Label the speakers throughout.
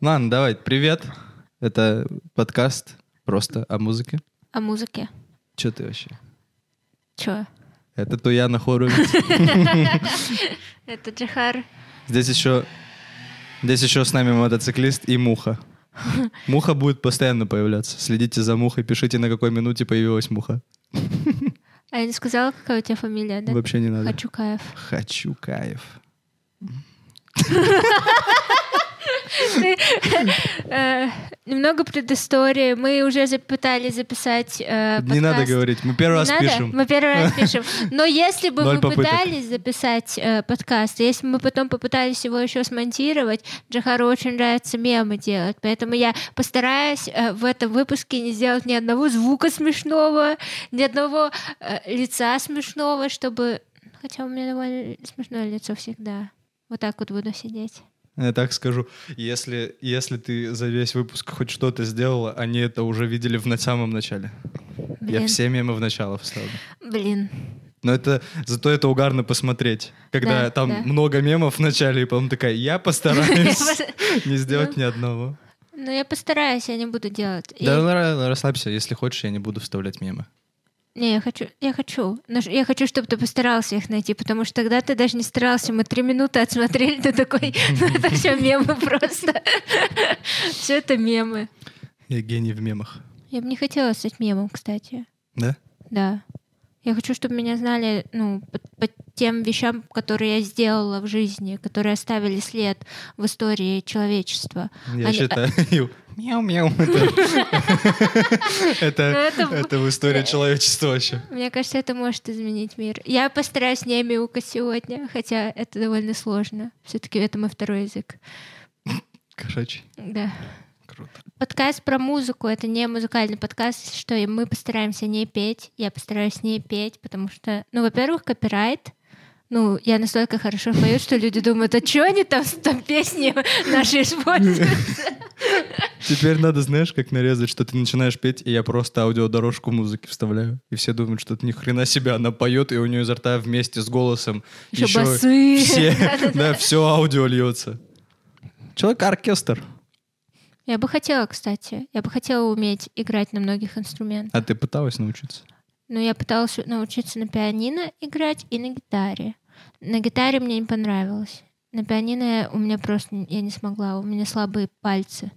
Speaker 1: Ладно, давай, привет. Это подкаст просто о музыке.
Speaker 2: О музыке.
Speaker 1: Че ты вообще?
Speaker 2: Чё?
Speaker 1: Это Туяна Хоровиц.
Speaker 2: Это Джихар.
Speaker 1: Здесь еще Здесь еще с нами мотоциклист и муха. Муха будет постоянно появляться. Следите за мухой, пишите, на какой минуте появилась муха.
Speaker 2: А я не сказала, какая у тебя фамилия, да?
Speaker 1: Вообще не надо.
Speaker 2: Хачукаев.
Speaker 1: Хочу кайф.
Speaker 2: Э, Немного предыстории. Мы уже за- пытались записать э,
Speaker 1: Не надо
Speaker 2: подкаст.
Speaker 1: говорить. Мы первый
Speaker 2: Не
Speaker 1: раз
Speaker 2: надо?
Speaker 1: пишем.
Speaker 2: Мы первый раз пишем. Но если бы
Speaker 1: Ноль
Speaker 2: мы
Speaker 1: попыток.
Speaker 2: пытались записать э, подкаст, если мы потом попытались его еще смонтировать, Джахару очень нравится мемы делать. Поэтому я постараюсь э, в этом выпуске не сделать ни одного звука смешного, ни одного э, лица смешного, чтобы... Хотя у меня довольно смешное лицо всегда. Вот так вот буду сидеть.
Speaker 1: Я так скажу. Если, если ты за весь выпуск хоть что-то сделала, они это уже видели в на самом начале. Я
Speaker 2: Блин.
Speaker 1: все мемы в начало вставлю.
Speaker 2: Блин.
Speaker 1: Но это зато это угарно посмотреть, когда
Speaker 2: Да,
Speaker 1: там
Speaker 2: да.
Speaker 1: много мемов в начале, и потом такая, я
Speaker 2: Я
Speaker 1: постараюсь
Speaker 2: пос-
Speaker 1: не сделать ни одного.
Speaker 2: Ну, я постараюсь, я не буду делать. И-
Speaker 1: Да, ну, расслабься, если хочешь, я не буду вставлять мемы.
Speaker 2: Не, я хочу, я хочу. Но ж- Я хочу, чтобы ты постарался их найти, потому что тогда ты даже не старался. Мы три минуты отсмотрели, ты такой, ну это все мемы просто. Все это мемы.
Speaker 1: Я гений в мемах.
Speaker 2: Я бы не хотела стать мемом, кстати.
Speaker 1: Да?
Speaker 2: Да. Я хочу, чтобы меня знали, ну, по, по тем вещам, которые я сделала в жизни, которые оставили след в истории человечества.
Speaker 1: Я
Speaker 2: Они- а
Speaker 1: считаю. Мяу-мяу. это-
Speaker 2: Ну,
Speaker 1: Это
Speaker 2: это в-
Speaker 1: это в истории человечества вообще.
Speaker 2: Мне кажется, это может изменить мир. Я постараюсь не мяукать сегодня, хотя это довольно сложно. Все-таки это мой второй язык.
Speaker 1: Короче,
Speaker 2: Да.
Speaker 1: круто.
Speaker 2: Подкаст про музыку, это не музыкальный подкаст, если что и мы постараемся не петь, я постараюсь не петь, потому что, ну, во-первых, копирайт, ну, я настолько хорошо пою, что люди думают, а чё они там, с- там песни наши используют?
Speaker 1: Теперь надо, знаешь, как нарезать, что ты начинаешь петь, и я просто аудиодорожку музыки вставляю. И все думают, что это ни хрена себе, она поет, и у нее изо рта вместе с голосом
Speaker 2: Ещё
Speaker 1: ещё
Speaker 2: басы.
Speaker 1: Все,
Speaker 2: Да-да-да.
Speaker 1: да, все аудио льется. Человек-оркестр.
Speaker 2: Я бы хотела, кстати, я бы хотела уметь играть на многих инструментах.
Speaker 1: А ты пыталась научиться?
Speaker 2: Но я пыталась научиться на пианино играть и на гитаре. На гитаре мне не понравилось. На пианино я- у меня просто н- я не смогла, у меня слабые пальцы.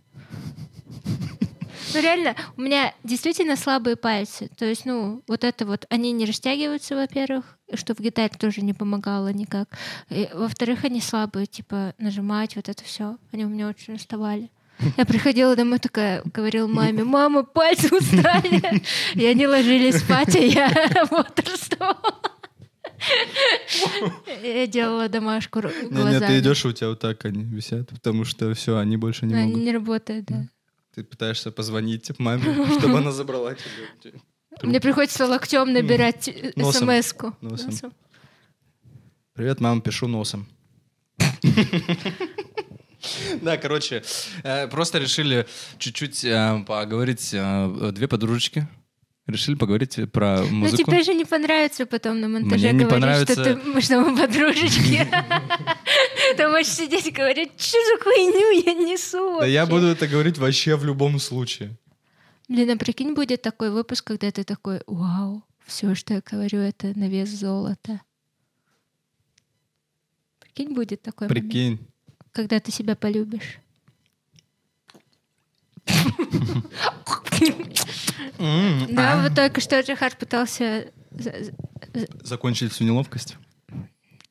Speaker 2: Ну реально, у меня действительно слабые пальцы. То есть, ну, вот это вот, они не растягиваются, во-первых, что в гитаре тоже не помогало никак. И, во-вторых, они слабые, типа нажимать, вот это все. Они у меня очень уставали. Я приходила домой такая, говорила маме, мама, пальцы устали. И они ложились спать, а я бодрствовала. Я делала домашку ру-
Speaker 1: Не, не, ты
Speaker 2: глазами.
Speaker 1: идешь, и у тебя вот так они висят, потому что все, они больше не
Speaker 2: Но они
Speaker 1: могут.
Speaker 2: не работают, да.
Speaker 1: Ты пытаешься позвонить типа, маме, чтобы она забрала тебя.
Speaker 2: Мне приходится локтем набирать
Speaker 1: Носом.
Speaker 2: смс-ку.
Speaker 1: Носом. Привет, мама, пишу носом. Да, короче, э, просто решили чуть-чуть э, поговорить, э, две подружечки решили поговорить про
Speaker 2: Ну
Speaker 1: музыку.
Speaker 2: тебе же не понравится потом на монтаже
Speaker 1: Мне не
Speaker 2: говорить, что,
Speaker 1: понравится.
Speaker 2: ты, что мы подружечки. Ты можешь сидеть и говорить, что за хуйню я несу
Speaker 1: Да я
Speaker 2: вообще?»
Speaker 1: буду это говорить вообще в любом случае.
Speaker 2: Блин, а прикинь, будет такой выпуск, когда ты такой, вау, все, что я говорю, это на вес золота. Прикинь, будет такой момент,
Speaker 1: Прикинь.
Speaker 2: когда ты себя полюбишь.
Speaker 1: М,
Speaker 2: Да,
Speaker 1: а.
Speaker 2: Ну, вот только что Джихар пытался за- за-
Speaker 1: Закончили всю неловкость.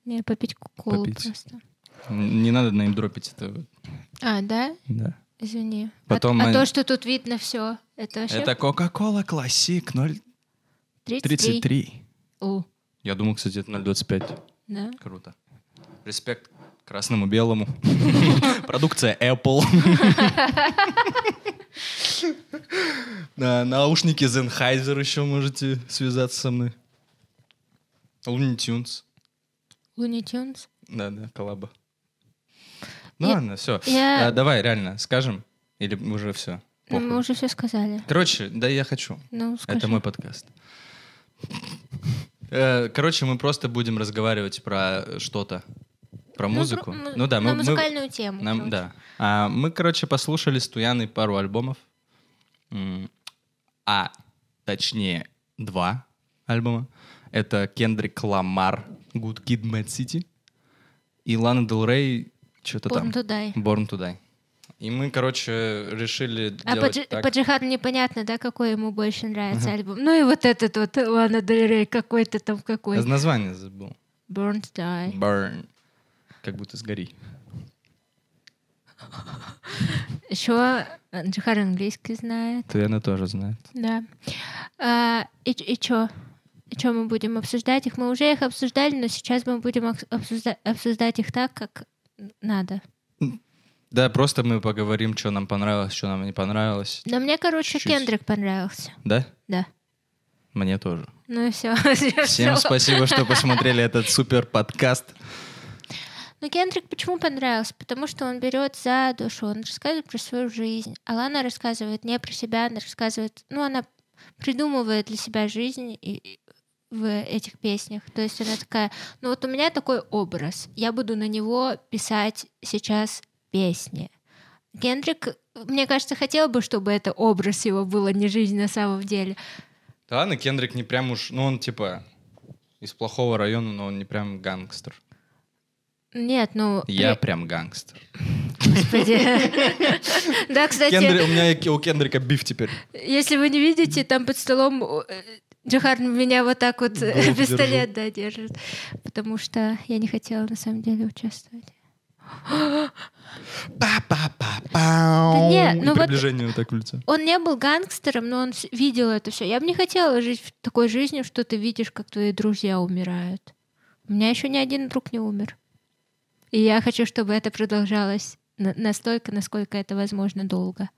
Speaker 2: не, попить колу
Speaker 1: Попить.
Speaker 2: просто.
Speaker 1: Не надо на им дропить это.
Speaker 2: А, да?
Speaker 1: Да.
Speaker 2: Извини. А-
Speaker 1: Потом
Speaker 2: а,
Speaker 1: мы-
Speaker 2: то, что тут видно все, это вообще
Speaker 1: Это Coca-Cola Classic
Speaker 2: 33.
Speaker 1: 033.
Speaker 2: У,
Speaker 1: Я думал, кстати, это 025.
Speaker 2: да.
Speaker 1: Круто. Респект красному белому. Продукция Apple. Да, Наушники Sennheiser еще можете связаться со мной. Looney Tunes.
Speaker 2: Луни Тюнс.
Speaker 1: Да, да, коллаба. Ну
Speaker 2: Я-
Speaker 1: ладно, А, все.
Speaker 2: я-
Speaker 1: давай, реально, скажем. Или уже все.
Speaker 2: Ну, мы
Speaker 1: Похуй.
Speaker 2: уже все сказали.
Speaker 1: Короче, да я хочу.
Speaker 2: Ну, скажи.
Speaker 1: Это мой подкаст. Э, Короче, мы просто будем разговаривать про что-то. Про
Speaker 2: Ну,
Speaker 1: музыку.
Speaker 2: про-
Speaker 1: Ну да,
Speaker 2: на
Speaker 1: мы... мы-
Speaker 2: музыкальную тему.
Speaker 1: нам-
Speaker 2: короче.
Speaker 1: да. А, мы, короче, послушали с Туяной пару альбомов. М, А, точнее, два альбома. Это Кендрик Ламар, Good Kid, Mad City. И Лана Дел Рей, что-то там.
Speaker 2: Born to Die.
Speaker 1: Born to Die. И мы, короче, решили
Speaker 2: А по,
Speaker 1: делать
Speaker 2: Джи-
Speaker 1: так.
Speaker 2: по Джихану непонятно, да, какой ему больше нравится альбом. Ну и вот этот вот, Лана Дель Рей, какой-то там какой.
Speaker 1: Я название забыл.
Speaker 2: Born to Die.
Speaker 1: Burn. Как будто сгори.
Speaker 2: Еще Джихан э, английский знает,
Speaker 1: Туяна тоже знает.
Speaker 2: да. А, и и чё? И чё мы будем обсуждать их? Мы уже их обсуждали, но сейчас мы будем акс- обсужда- обсуждать их так, как надо.
Speaker 1: Да, просто мы поговорим, что нам понравилось, что нам не понравилось.
Speaker 2: Но мне, короче,
Speaker 1: Чуть-чуть.
Speaker 2: Кендрик понравился.
Speaker 1: Да?
Speaker 2: Да.
Speaker 1: Мне тоже.
Speaker 2: Ну и все.
Speaker 1: Всем спасибо, что посмотрели этот супер подкаст.
Speaker 2: Ну, Кендрик почему понравился? Потому что он берет за душу, он рассказывает про свою жизнь. Алана рассказывает не про себя, она рассказывает, ну, она придумывает для себя жизнь и, и в этих песнях. То есть она такая, ну вот у меня такой образ, я буду на него писать сейчас песни. Кендрик, мне кажется, хотел бы, чтобы это образ его было, не жизнь на самом деле.
Speaker 1: Да ладно, Кендрик не прям уж, ну он типа из плохого района, но он не прям гангстер.
Speaker 2: Нет, ну...
Speaker 1: Я
Speaker 2: ре-
Speaker 1: прям гангстер.
Speaker 2: Господи. Да, кстати...
Speaker 1: Кендри- У меня и- у Кендрика биф теперь.
Speaker 2: Если вы не видите, там под столом э, Джохар меня вот так вот э,
Speaker 1: Голову
Speaker 2: пистолет да, держит, потому что я не хотела на самом деле участвовать.
Speaker 1: Па-па-па-пау.
Speaker 2: Да не, ну
Speaker 1: И
Speaker 2: вот-
Speaker 1: приближение вот так в лице.
Speaker 2: Он не был гангстером, но он вс- видел это все. Я бы не хотела жить в такой жизни, что ты видишь, как твои друзья умирают. У меня еще ни один друг не умер. И я хочу, чтобы это продолжалось на- настолько, насколько это возможно долго.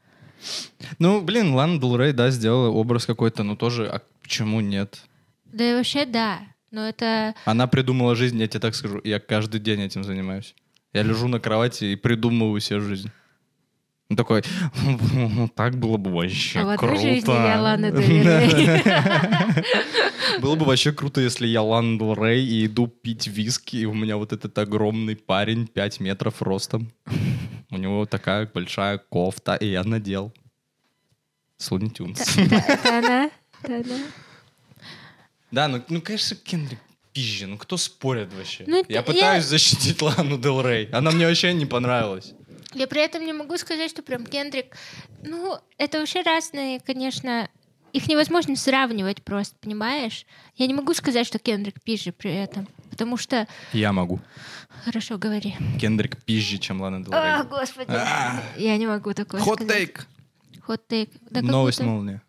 Speaker 1: Ну, блин, Лана Дел Рей, да, сделала образ какой-то, но тоже, а почему нет?
Speaker 2: Да и вообще, да. Но это
Speaker 1: Она придумала жизнь, я тебе так скажу. Я каждый день этим занимаюсь. Я лежу на кровати и придумываю себе жизнь. Ну, Такой, «Ну, так было бы вообще
Speaker 2: А вот
Speaker 1: круто.
Speaker 2: в жизни я Лана Дель Рей.
Speaker 1: Да. Было бы вообще круто, если я Лана Дель Рей и иду пить виски, и у меня вот этот огромный парень 5 метров ростом. У него такая большая кофта, и я надел. С Луни Тюнс.
Speaker 2: это она. Это она.
Speaker 1: Да, ну, ну конечно, Кендрик пизже, ну кто спорит вообще?
Speaker 2: Ну, это
Speaker 1: я
Speaker 2: я-
Speaker 1: пытаюсь защитить Лану Дел Рей. Она мне вообще не понравилась.
Speaker 2: Я при этом не могу сказать, что прям Кендрик... Ну, это вообще разные, конечно... Их невозможно сравнивать просто, понимаешь? Я не могу сказать, что Кендрик пизже при этом. Потому что...
Speaker 1: Я могу.
Speaker 2: Хорошо, говори.
Speaker 1: Кендрик пизже, чем Лана Дел
Speaker 2: А,
Speaker 1: Рей.
Speaker 2: господи.
Speaker 1: А.
Speaker 2: Я не могу такое сказать.
Speaker 1: Хот-тейк.
Speaker 2: Хот-тейк. Да как
Speaker 1: Новость
Speaker 2: будто-
Speaker 1: молния.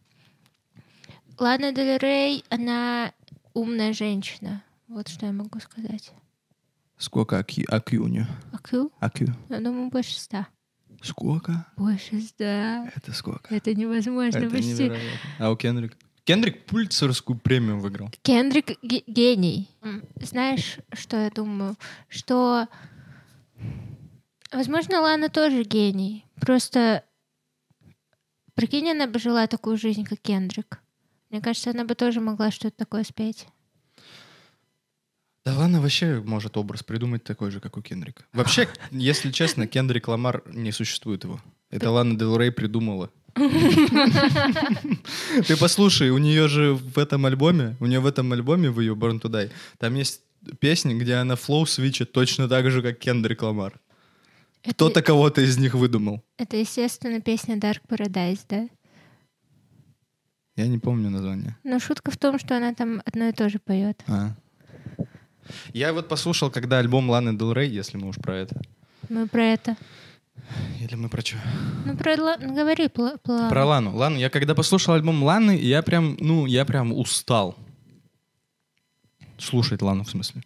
Speaker 2: Лана Дель Рей, она умная женщина. Вот что я могу сказать.
Speaker 1: Сколько АКЮ, АКЮ у нее?
Speaker 2: А Кью?
Speaker 1: АКЮ.
Speaker 2: Я думаю, больше ста.
Speaker 1: Сколько?
Speaker 2: Больше ста.
Speaker 1: Это сколько?
Speaker 2: Это невозможно
Speaker 1: Это
Speaker 2: почти.
Speaker 1: невероятно. А у Кендрик? Кендрик пульцерскую премию выиграл.
Speaker 2: Кендрик ге- гений. М, Знаешь, что я думаю? Что, возможно, Лана тоже гений. Просто, прикинь, она бы жила такую жизнь, как Кендрик. Мне кажется, она бы тоже могла что-то такое спеть.
Speaker 1: Да Лана вообще может образ придумать такой же, как у Кендрика. Вообще, если честно, Кендрик Ламар не существует его. Это Лана Дел Рей придумала. Ты послушай, у нее же в этом альбоме, у нее в этом альбоме, в ее Born to Die, там есть песни, где она флоу свичит точно так же, как Кендрик Ламар. Кто-то
Speaker 2: это,
Speaker 1: кого-то из них выдумал.
Speaker 2: это, естественно, песня Dark Paradise, да?
Speaker 1: Я не помню название.
Speaker 2: Но шутка в том, что она там одно и то же поет.
Speaker 1: А. Я вот послушал, когда альбом Ланы Дел Рей, если мы уж про это.
Speaker 2: Мы про это.
Speaker 1: Или мы про что?
Speaker 2: Ну, про Ла- ну, говори, пла- пла-
Speaker 1: Про Лану. Лану. Я когда послушал альбом Ланы, я прям, ну, я прям устал. Слушать Лану, в смысле.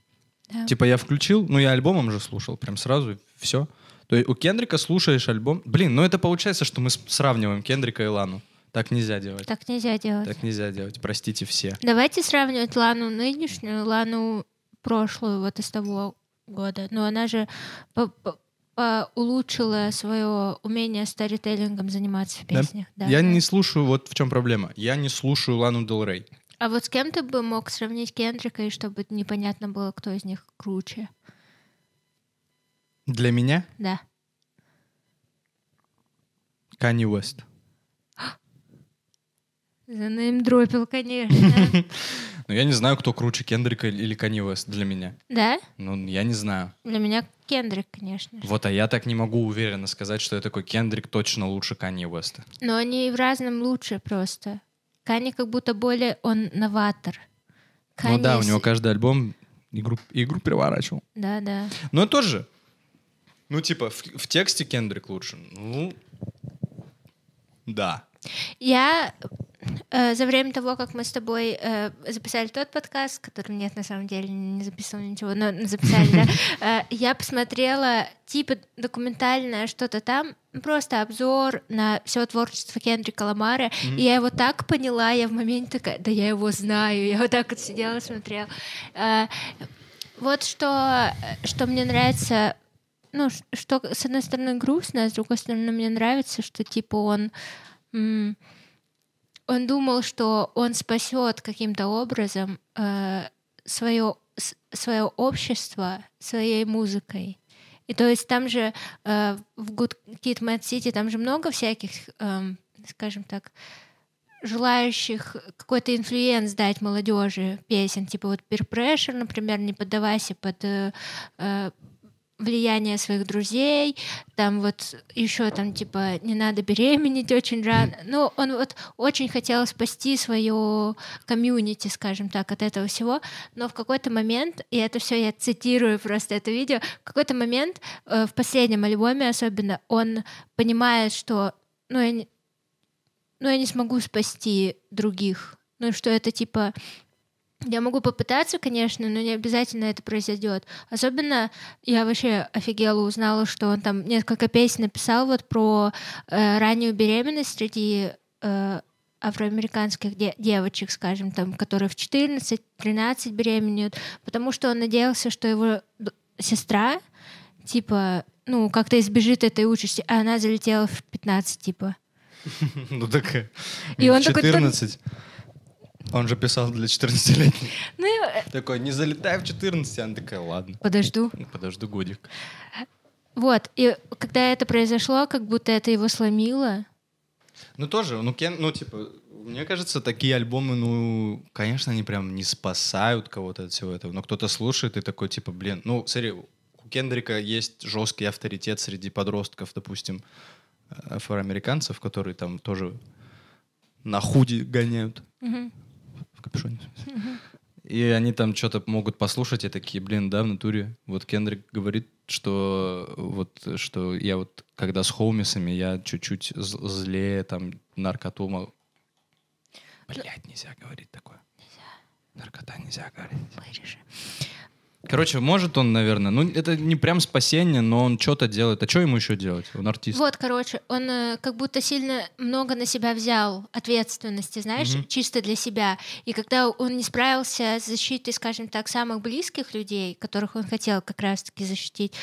Speaker 2: Да.
Speaker 1: Типа я включил, ну, я альбомом же слушал, прям сразу, все. То есть у Кендрика слушаешь альбом... Блин, ну это получается, что мы с- сравниваем Кендрика и Лану. Так нельзя делать.
Speaker 2: Так нельзя делать.
Speaker 1: Так нельзя делать, простите все.
Speaker 2: Давайте сравнивать Лану нынешнюю, Лану прошлую, вот из того года. Но она же Ну, по- по- э, улучшила свое умение старителлингом заниматься в
Speaker 3: Да?
Speaker 2: песнях. Да?
Speaker 1: Я
Speaker 2: да.
Speaker 1: не слушаю, вот в чем проблема. Я не слушаю Лану Дел Рей.
Speaker 2: А вот с кем ты бы мог сравнить Кендрика, и чтобы непонятно было, кто из них круче?
Speaker 1: Для меня
Speaker 2: Да.
Speaker 1: Канни Уэст.
Speaker 2: дропил, конечно.
Speaker 1: Но я не знаю, кто круче, Кендрика или Канни Уэст для меня.
Speaker 2: Да?
Speaker 1: Ну, я не знаю.
Speaker 2: Для меня Кендрик, конечно. же.
Speaker 1: Вот, а я так не могу уверенно сказать, что я такой Кендрик точно лучше Канни Уэста.
Speaker 2: Но они и в разном лучше просто. Кани как будто более он новатор.
Speaker 1: Ну
Speaker 2: Канье
Speaker 1: да, у
Speaker 2: с-
Speaker 1: него каждый альбом игру, игру переворачивал.
Speaker 2: Да, да.
Speaker 1: Но тоже, ну типа, в, в тексте Кендрик лучше. Ну, да.
Speaker 2: Я э, за время того, как мы с тобой э, записали тот подкаст, который нет, на самом деле не записывал ничего, но записали, да, э, я посмотрела типа документальное что-то там, ну, просто обзор на все творчество Кендрика Ламара, и я его так поняла, я в моменте такая, да я его знаю, я вот так вот сидела, смотрела. Э, вот что, э, что мне нравится, ну, ш- что, с одной стороны, грустно, а с другой стороны, мне нравится, что, типа, он... м, он думал, что он спасет каким-то образом э, свое, свое общество своей музыкой. И то есть там же э, в Good Kid Mad City там же много всяких, эм, скажем так, желающих какой-то инфлюенс дать молодежи песен, типа вот Peer Pressure, например, не поддавайся под э, э, влияние своих друзей, там вот еще там типа не надо беременеть очень рано. Ну, он вот очень хотел спасти свое комьюнити, скажем так, от этого всего, но в какой-то момент, и это все я цитирую просто это видео, в какой-то момент э, в последнем альбоме особенно он понимает, что ну я не, ну, я не смогу спасти других, ну и что это типа я могу попытаться, конечно, но не обязательно это произойдет. Особенно я вообще офигела, узнала, что он там несколько песен написал вот про э, раннюю беременность среди э, афроамериканских де- девочек, скажем, там, которые в 14-13 беременеют, потому что он надеялся, что его д- сестра, типа, ну, как-то избежит этой участи, а она залетела в 15, типа.
Speaker 1: Ну так,
Speaker 2: И он такой,
Speaker 1: 14. Он же писал для 14-летних.
Speaker 2: Ну, я, э,
Speaker 1: Такой, не залетай в 14. Она такая, ладно,
Speaker 2: подожду.
Speaker 1: подожду годик.
Speaker 2: Вот, и когда это произошло, как будто это его сломило.
Speaker 1: Ну тоже, ну, Кен, ну типа, мне кажется, такие альбомы, ну, конечно, они прям не спасают кого-то от всего этого, но кто-то слушает и такой, типа, блин, ну, смотри, у Кендрика есть жесткий авторитет среди подростков, допустим, афроамериканцев, которые там тоже на худи гоняют
Speaker 2: Мгм.
Speaker 1: в капюшоне. в смысле. И они там что-то могут послушать, и такие, блин, да, в натуре. Вот Кендрик говорит, что вот что я вот, когда с хоумисами, я чуть-чуть з- злее там наркоту мол- Блядь, нельзя говорить такое. Наркота нельзя говорить.
Speaker 2: Вырежи.
Speaker 1: Короче, может он, наверное, ну это не прям спасение, но он что-то делает. А что ему еще делать? Он артист.
Speaker 2: Вот, короче, он э, как будто сильно много на себя взял ответственности, знаешь,
Speaker 1: Мгм.
Speaker 2: чисто для себя. И когда он не справился с защитой, скажем так, самых близких людей, которых он хотел как раз-таки защитить,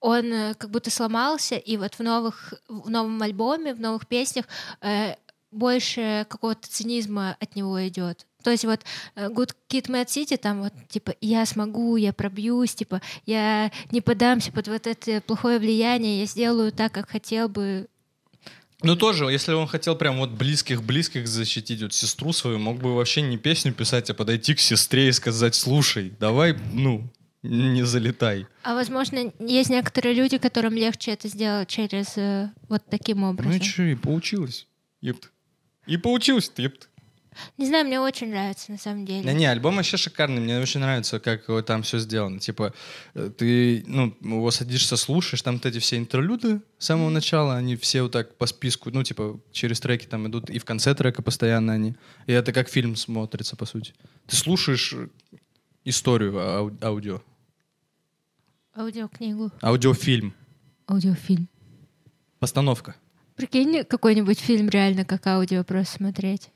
Speaker 2: он э, как будто сломался, и вот в новых, в новом альбоме, в новых песнях э, больше какого-то цинизма от него идет. То есть вот э, Good Kid, Mad City там вот типа я смогу, я пробьюсь, типа я не подамся под вот это плохое влияние, я сделаю так, как хотел бы.
Speaker 1: Ну тоже, если он хотел прям вот близких-близких защитить, вот сестру свою, мог бы вообще не песню писать, а подойти к сестре и сказать, слушай, давай, ну, не залетай.
Speaker 2: А возможно есть некоторые люди, которым легче это сделать через э, вот таким
Speaker 1: Ну и
Speaker 2: образом.
Speaker 1: че, и получилось, епт. И получилось, епт.
Speaker 2: Не знаю, мне очень нравится на самом деле.
Speaker 1: Не-не, альбом вообще шикарный, мне очень нравится, как э, там все сделано. Типа, э, ты, ну, его садишься, слушаешь, там вот эти все интерлюды с самого начала, они все вот так по списку, ну, типа, через треки там идут, и в конце трека постоянно они. И это как фильм смотрится, по сути. Ты слушаешь э, историю а, ау- аудио,
Speaker 2: Аудиокнигу,
Speaker 1: аудиофильм,
Speaker 2: аудиофильм.
Speaker 1: постановка.
Speaker 2: Прикинь, какой-нибудь фильм реально как аудио просто смотреть.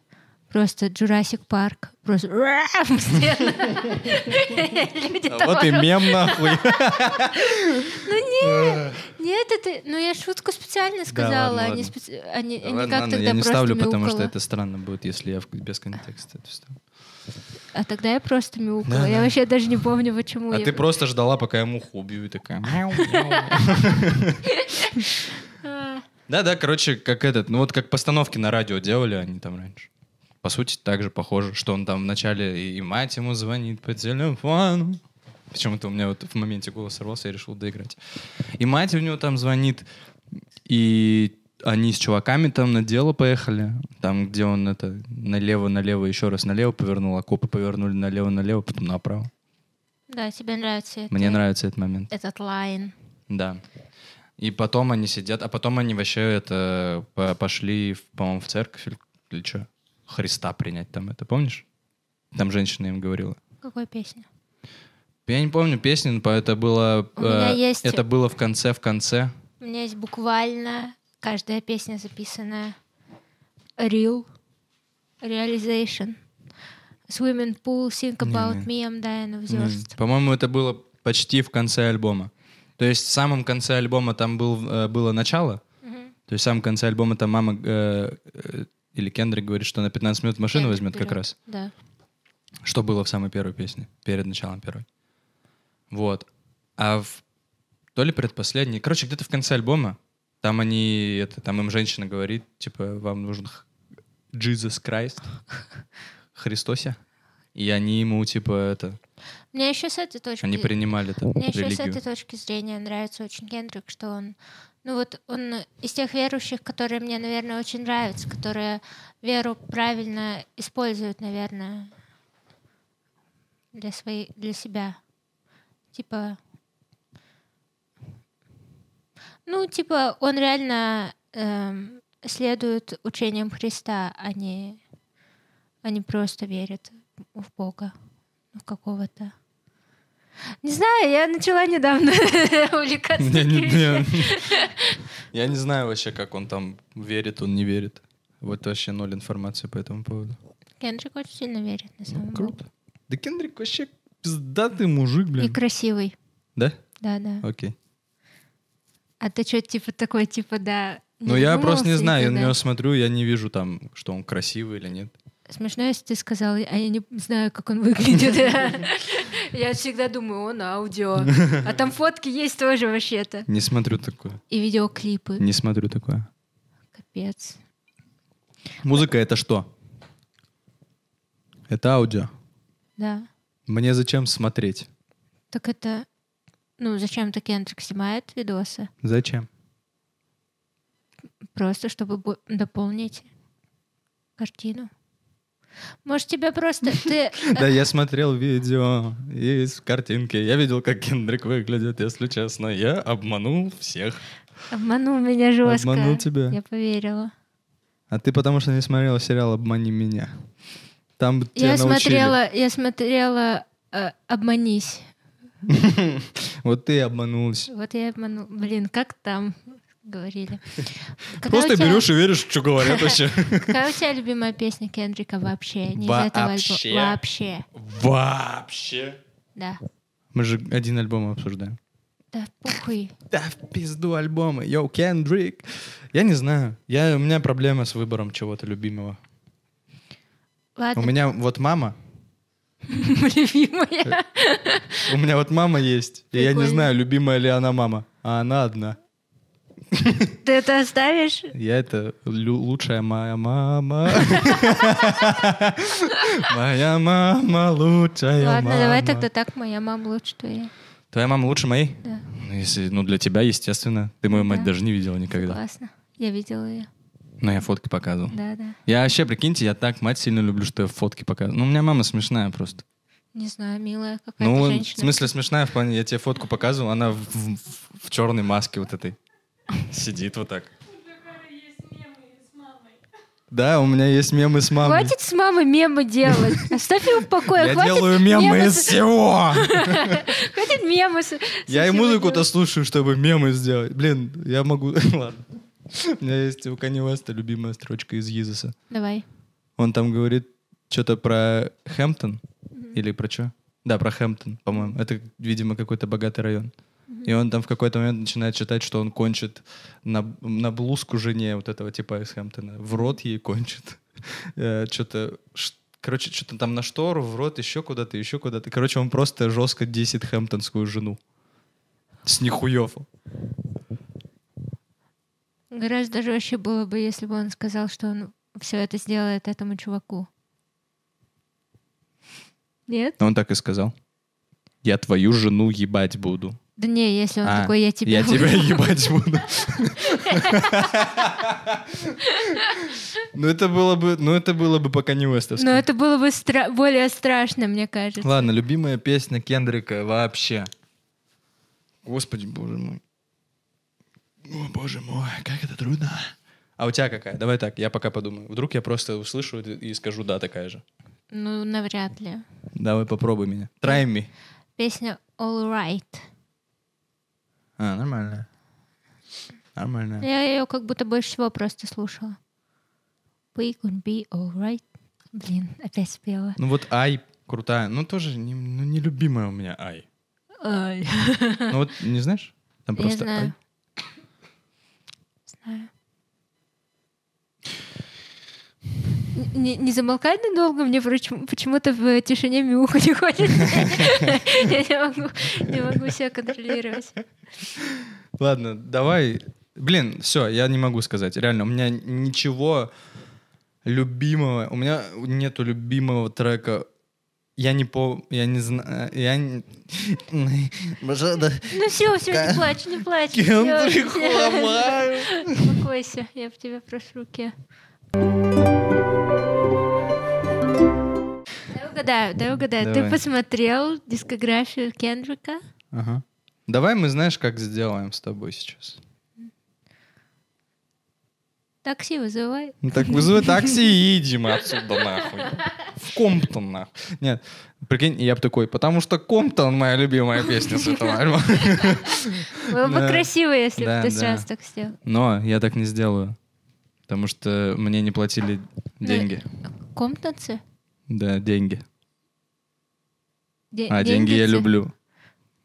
Speaker 2: Просто Jurassic Park. Просто... Люди
Speaker 4: А
Speaker 2: там-
Speaker 4: Вот и мем нахуй.
Speaker 2: Нет, это... Ну, я шутку специально сказала,
Speaker 4: ладно,
Speaker 2: а не
Speaker 4: ладно.
Speaker 2: специ- а не- не
Speaker 1: Ладно,
Speaker 2: как
Speaker 1: ладно,
Speaker 2: тогда
Speaker 1: я не
Speaker 2: просто
Speaker 1: ставлю, потому что
Speaker 2: мяукала.
Speaker 1: это странно будет, если я в- без контекста это вставлю.
Speaker 2: А тогда я просто мяукала.
Speaker 4: Да,
Speaker 2: Я
Speaker 4: да.
Speaker 2: вообще даже не помню, почему.
Speaker 1: А
Speaker 2: я-
Speaker 1: ты просто ждала, пока я муху убью, и такая... «Мяу, мяу».
Speaker 2: А,
Speaker 1: Да-да, короче, как этот, ну вот как постановки на радио делали они там раньше. По сути, так же похоже, что он там вначале и, и мать ему звонит по телефону. Почему-то у меня вот в моменте голос сорвался, я решил доиграть. И мать у него там звонит, и они с чуваками там на дело поехали. Там, где он это налево-налево, еще раз налево повернул, а копы повернули налево-налево, потом направо.
Speaker 2: Да, тебе нравится это.
Speaker 1: Мне нравится этот момент.
Speaker 2: Этот лайн.
Speaker 1: Да. И потом они сидят, а потом они вообще это по- пошли, в- по-моему, в церковь или- или что? Христа принять там это, помнишь? Там женщина им говорила.
Speaker 2: Какой песня?
Speaker 1: Я не помню песни, но по- это было... э,
Speaker 2: У меня есть-
Speaker 1: Это было в конце, в конце.
Speaker 2: У меня есть буквально каждая песня записанная. Real. Realization. Swimming pool, think about me, I'm dying of
Speaker 1: М,
Speaker 2: thirst.
Speaker 1: По-моему, это было почти в конце альбома. То есть в самом конце альбома там был, э, было начало. То есть в самом конце альбома там мама э, э, или Кендрик говорит, что на 15 минут машину
Speaker 2: Кендрик
Speaker 1: возьмет как
Speaker 2: берет.
Speaker 1: раз.
Speaker 2: Да.
Speaker 1: Что было в самой первой песне, перед началом первой. Вот. А в то ли предпоследней, короче, где-то в конце альбома, там они, это, там им женщина говорит, типа, вам нужен х- Jesus Christ, Христося. И они ему, типа, это,
Speaker 2: Мне еще с этой точки
Speaker 1: они принимали там
Speaker 2: Мне еще с
Speaker 1: религию.
Speaker 2: этой точки зрения нравится очень Гендрик, что он, ну вот он из тех верующих, которые мне, наверное, очень нравятся, которые веру правильно используют, наверное, для своей, для себя. Типа, ну, типа, он реально эм, следует учениям Христа, а не, а не просто верит в Бога, ну, в какого-то. Не знаю, я начала недавно увлекаться.
Speaker 1: Не, не,
Speaker 2: такими вещами.
Speaker 1: не. Я не знаю вообще, как он там верит, он не верит. Вот вообще ноль информации по этому поводу.
Speaker 2: Кендрик очень сильно верит, на самом
Speaker 1: Ну,
Speaker 2: деле.
Speaker 1: круто. Да Кендрик вообще пиздатый мужик,
Speaker 2: И
Speaker 1: блин.
Speaker 2: красивый.
Speaker 1: Да?
Speaker 2: Да, да.
Speaker 1: Окей.
Speaker 2: А ты что, типа такой, типа, да.
Speaker 1: Ну, я просто не
Speaker 2: задумался
Speaker 1: знаю, я на
Speaker 2: никогда?
Speaker 1: него смотрю, я не вижу там, что он красивый или нет.
Speaker 2: Смешно, если ты сказал, а я не знаю, как он выглядит. Я всегда думаю, он аудио. А там фотки есть тоже вообще-то.
Speaker 1: Не смотрю такое.
Speaker 2: И видеоклипы.
Speaker 1: Не смотрю такое.
Speaker 2: Капец.
Speaker 1: Музыка это что? Это аудио.
Speaker 2: Да.
Speaker 1: Мне зачем смотреть?
Speaker 2: Так это... Ну, зачем-то Кендрик снимает видосы.
Speaker 1: Зачем?
Speaker 2: Просто чтобы бо- дополнить картину. Может, тебе просто ты
Speaker 1: Да, я смотрел видео из картинки. Я видел, как Кендрик выглядит, если честно. Я обманул всех.
Speaker 2: обманул меня жестко.
Speaker 1: Обманул тебя.
Speaker 2: Я поверила.
Speaker 1: А ты потому что не смотрела сериал «Обмани меня». Там тебя
Speaker 2: я
Speaker 1: научили.
Speaker 2: смотрела, я смотрела э, обманись.
Speaker 1: Вот ты и обманулась.
Speaker 2: Вот я и обману. Блин, как там говорили. Когда
Speaker 1: Просто
Speaker 2: у тебя-
Speaker 1: берешь и веришь, что говорят вообще.
Speaker 2: Какая у тебя любимая песня Кендрика вообще? Не из этого
Speaker 1: Вообще.
Speaker 2: альбома. Вообще.
Speaker 1: Вообще.
Speaker 2: Да.
Speaker 1: Мы же один альбом обсуждаем.
Speaker 2: Да похуй.
Speaker 1: Да, в пизду альбомы. Йоу, Кендрик. Я не знаю. Я, у меня проблема с выбором чего-то любимого. У
Speaker 2: Ладно,
Speaker 1: меня вот мама.
Speaker 2: любимая.
Speaker 1: У меня вот мама есть. И я не
Speaker 2: Прикольно.
Speaker 1: знаю, любимая ли она мама. А она одна.
Speaker 2: Ты это оставишь?
Speaker 1: Я это лю- лучшая моя мама. Моя мама лучшая
Speaker 2: Ладно, давай
Speaker 1: мама.
Speaker 2: тогда так. Моя мама лучше, что я.
Speaker 1: Твоя мама лучше моей?
Speaker 2: Да.
Speaker 1: Ну, Если, ну, для тебя, естественно. Ты мою мать
Speaker 2: Да.
Speaker 1: даже не видела никогда.
Speaker 2: Классно. Я видела ее.
Speaker 1: Но я фотки показывал.
Speaker 2: Да, да.
Speaker 1: Я вообще, прикиньте, я так мать сильно люблю, что я фотки показываю. Ну, у меня мама смешная просто.
Speaker 2: Не знаю, милая какая-то
Speaker 1: Ну, в
Speaker 2: женщина.
Speaker 1: смысле смешная, в плане, я тебе фотку показывал, она в, черной маске вот этой сидит вот так. Да, у меня есть мемы с мамой.
Speaker 2: Хватит с мамой мемы делать. Оставь его в покое.
Speaker 1: я
Speaker 2: Хватит
Speaker 1: делаю мемы, из
Speaker 2: с-
Speaker 1: всего.
Speaker 2: Хватит мемы. с-
Speaker 1: я и
Speaker 2: совсем
Speaker 1: музыку-то
Speaker 2: делать.
Speaker 1: слушаю, чтобы мемы сделать. Блин, я могу... Ладно. У меня есть у Кани Уэста любимая строчка из Йизуса.
Speaker 2: Давай.
Speaker 1: Он там говорит, Что-то про Хэмптон? Или про что? Да, про Хэмптон, по-моему. Это, видимо, какой-то богатый район. И он там в какой-то момент начинает читать, что он кончит на, на блузку жене вот этого типа из Хэмптона. В рот ей кончит. Что-то... Короче, что-то там на штору, в рот, еще куда-то, еще куда-то. Короче, он просто жестко десит хэмптонскую жену. С нихуев.
Speaker 2: Гораздо жестче было бы, если бы он сказал, что он все это сделает этому чуваку. Нет?
Speaker 1: Он так и сказал. Я твою жену ебать буду.
Speaker 2: Да не, если он
Speaker 1: А,
Speaker 2: такой, я тебя...
Speaker 1: Я тебя
Speaker 2: выебу».
Speaker 1: ебать буду. Ну это было бы, ну это было бы пока не
Speaker 2: Но
Speaker 1: Уэстовское.
Speaker 2: Ну, это было бы стра- более страшно, мне кажется.
Speaker 1: Ладно, любимая песня Кендрика вообще. Господи, боже мой. О, боже мой, как это трудно. А у тебя какая? Давай так, я пока подумаю. Вдруг я просто услышу это и скажу «да» такая же.
Speaker 2: Ну, навряд ли.
Speaker 1: Давай попробуй меня. Try me.
Speaker 2: Песня All Right.
Speaker 1: А, нормально. Нормально.
Speaker 2: Я ее как будто больше всего просто слушала. We gonna be alright. Блин, опять спела.
Speaker 1: Ну вот Ай крутая, но тоже не, ну, не любимая у меня Ай.
Speaker 2: Ай.
Speaker 1: Ну вот не знаешь? Там
Speaker 2: Я
Speaker 1: просто А,
Speaker 2: знаю.
Speaker 1: Ай.
Speaker 2: Знаю. Н- Не, не замолкай надолго, мне вруч- почему-то в тишине мяуха не ходит. Я не могу, не могу себя контролировать.
Speaker 1: Ладно, давай. Блин, все, я не могу сказать. Реально, у меня ничего любимого. У меня нету любимого трека. Я не по... Я не знаю... Я не... Пожалуйста.
Speaker 2: Ну все, все, не плачь, не плачь. всё,
Speaker 1: Кендрик
Speaker 2: всё.
Speaker 1: Ламар.
Speaker 2: Успокойся, я в тебя прошу, Ке. Дай угадаю, дай угадаю.
Speaker 1: Давай.
Speaker 2: Ты посмотрел дискографию Кендрика?
Speaker 1: Ага. Давай мы, знаешь, как сделаем с тобой сейчас.
Speaker 2: Такси вызывай.
Speaker 1: Ну так вызывай такси и иди мы отсюда нахуй. В Комптон нахуй. Нет, прикинь, я бы такой, потому что Комптон моя любимая песня с этого альбома.
Speaker 2: Было бы
Speaker 1: Да.
Speaker 2: красиво, если
Speaker 1: Да,
Speaker 2: бы ты
Speaker 1: да.
Speaker 2: сразу так сделал.
Speaker 1: Но я так не сделаю, потому что мне не платили деньги.
Speaker 2: Комнатцы?
Speaker 1: Да, деньги.
Speaker 2: Де-
Speaker 1: А деньги я
Speaker 2: деньгицы?
Speaker 1: люблю.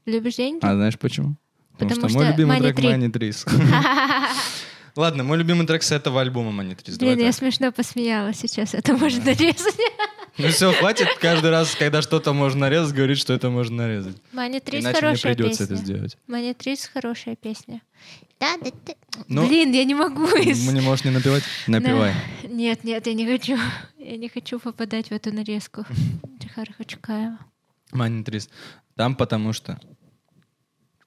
Speaker 2: Любишь деньги?
Speaker 1: А знаешь почему? Потому,
Speaker 2: Потому
Speaker 1: что мой
Speaker 2: что
Speaker 1: любимый
Speaker 2: Money
Speaker 1: трек Money
Speaker 2: Tree.
Speaker 1: Trees. Ладно, мой любимый трек с этого альбома Money Trees. Давай
Speaker 2: Блин, я
Speaker 1: так.
Speaker 2: смешно посмеялась сейчас. Это можно нарезать.
Speaker 1: Ну все, хватит каждый раз, когда что-то можно нарезать, говорить, что это можно нарезать.
Speaker 2: Мани 3
Speaker 1: Иначе мне
Speaker 2: хорошая
Speaker 1: придется это
Speaker 2: песня.
Speaker 1: сделать.
Speaker 2: Мани 3 хорошая песня. Да, да, да.
Speaker 1: Ну,
Speaker 2: Блин, я не могу. из-
Speaker 1: Мне можешь не напевать? Напевай.
Speaker 2: Да. Нет, нет, я не хочу. Я не хочу попадать в эту нарезку Джихара Хачукаева.
Speaker 1: Money Trees. Там потому что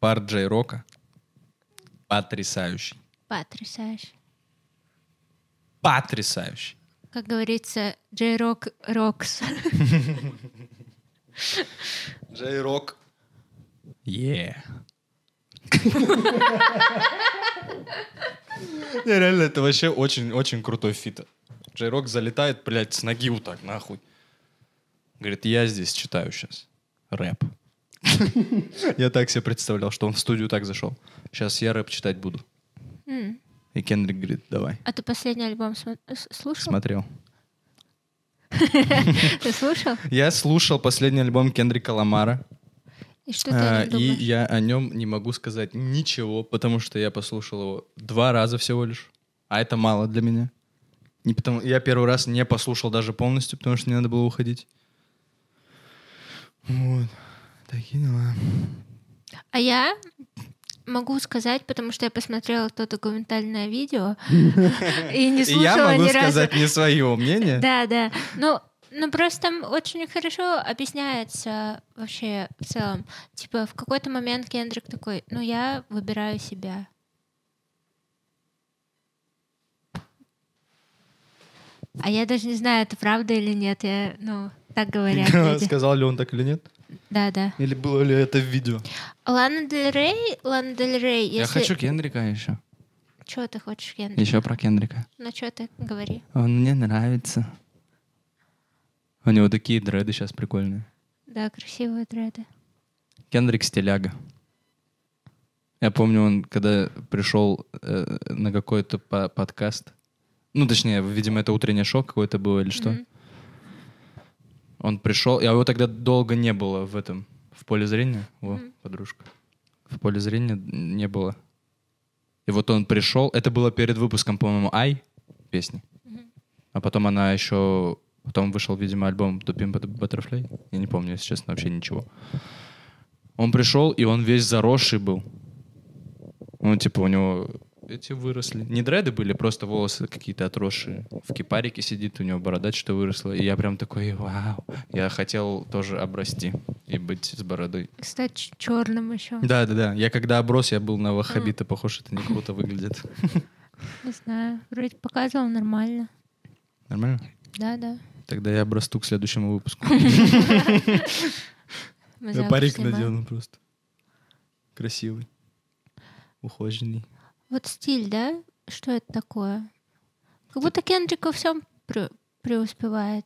Speaker 1: пар Джей Рока потрясающий.
Speaker 2: Потрясающе.
Speaker 1: Потрясающий.
Speaker 2: Как говорится, Джей Рок Рокс.
Speaker 1: Джей Рок. Е. Не, Реально, это вообще очень-очень крутой фит. Джей Рок залетает, блядь, с ноги вот так, нахуй. Говорит, я здесь читаю сейчас рэп. Я так себе представлял, что он в студию так зашел. Сейчас я рэп читать буду.
Speaker 2: М.
Speaker 1: И Кендрик говорит, давай.
Speaker 2: А ты последний альбом смо- с- слушал?
Speaker 1: Смотрел.
Speaker 2: Ты слушал?
Speaker 1: Я слушал последний альбом Кендрика Ламара.
Speaker 2: И что ты о
Speaker 1: А,
Speaker 2: нем
Speaker 1: и
Speaker 2: думаешь?
Speaker 1: я о нем не могу сказать ничего, потому что я послушал его два раза всего лишь. А это мало для меня. Не потому, я первый раз не послушал даже полностью, потому что мне надо было уходить. Вот. Такие дела.
Speaker 2: А я могу сказать, потому что я посмотрела то документальное видео и не
Speaker 1: И я
Speaker 2: слушала
Speaker 1: могу
Speaker 2: ни разу.
Speaker 1: сказать не свое мнение.
Speaker 2: Да, да. Ну, ну просто там очень хорошо объясняется вообще в целом. Типа в какой-то момент Кендрик такой, ну я выбираю себя. А я даже не знаю, это правда или нет. Я, ну, так говорят люди.
Speaker 1: Сказал ли он так или нет?
Speaker 2: Да, да.
Speaker 1: Или было ли это в видео?
Speaker 2: Лана Дель Рей, Лана Дель Рей, если...
Speaker 1: Я хочу Кендрика еще.
Speaker 2: Чего ты хочешь, Кендрик?
Speaker 1: Еще про Кендрика.
Speaker 2: Ну, что ты говори.
Speaker 1: Он мне нравится. У него такие дреды сейчас прикольные.
Speaker 2: Да, красивые дреды.
Speaker 1: Кендрик Стиляга. Я помню, он когда пришел э, на какой-то по- подкаст, ну, точнее, видимо, это утренний шок какой-то был или что,
Speaker 2: Мгм.
Speaker 1: Он пришел, а его тогда долго не было в этом, в поле зрения. О, подружка. В поле зрения не было. И вот он пришел, это было перед выпуском, по-моему, «Ай» песни. А потом она еще... Потом вышел, видимо, альбом «To Pimp a Butterfly». Я не помню, если честно, вообще ничего. Он пришел, и он весь заросший был. Ну, типа, у него эти выросли. Не дреды были, просто волосы какие-то отросшие. В кипарике сидит, у него борода что-то выросла. И я прям такой, вау. Я хотел тоже обрасти и быть с бородой.
Speaker 2: Кстати, черным еще.
Speaker 1: Да-да-да. Я когда оброс, я был на ваххабита похож. Это не круто выглядит.
Speaker 2: Не знаю. Вроде показывал нормально.
Speaker 1: Нормально?
Speaker 2: Да, да.
Speaker 1: Тогда я обрасту к следующему выпуску.
Speaker 2: Мы
Speaker 1: Я
Speaker 2: завтра
Speaker 1: парик
Speaker 2: снимаем.
Speaker 1: надену просто. Красивый. Ухоженный.
Speaker 2: Вот стиль, да? Что это такое? Как будто Кендрик во всем пре- преуспевает.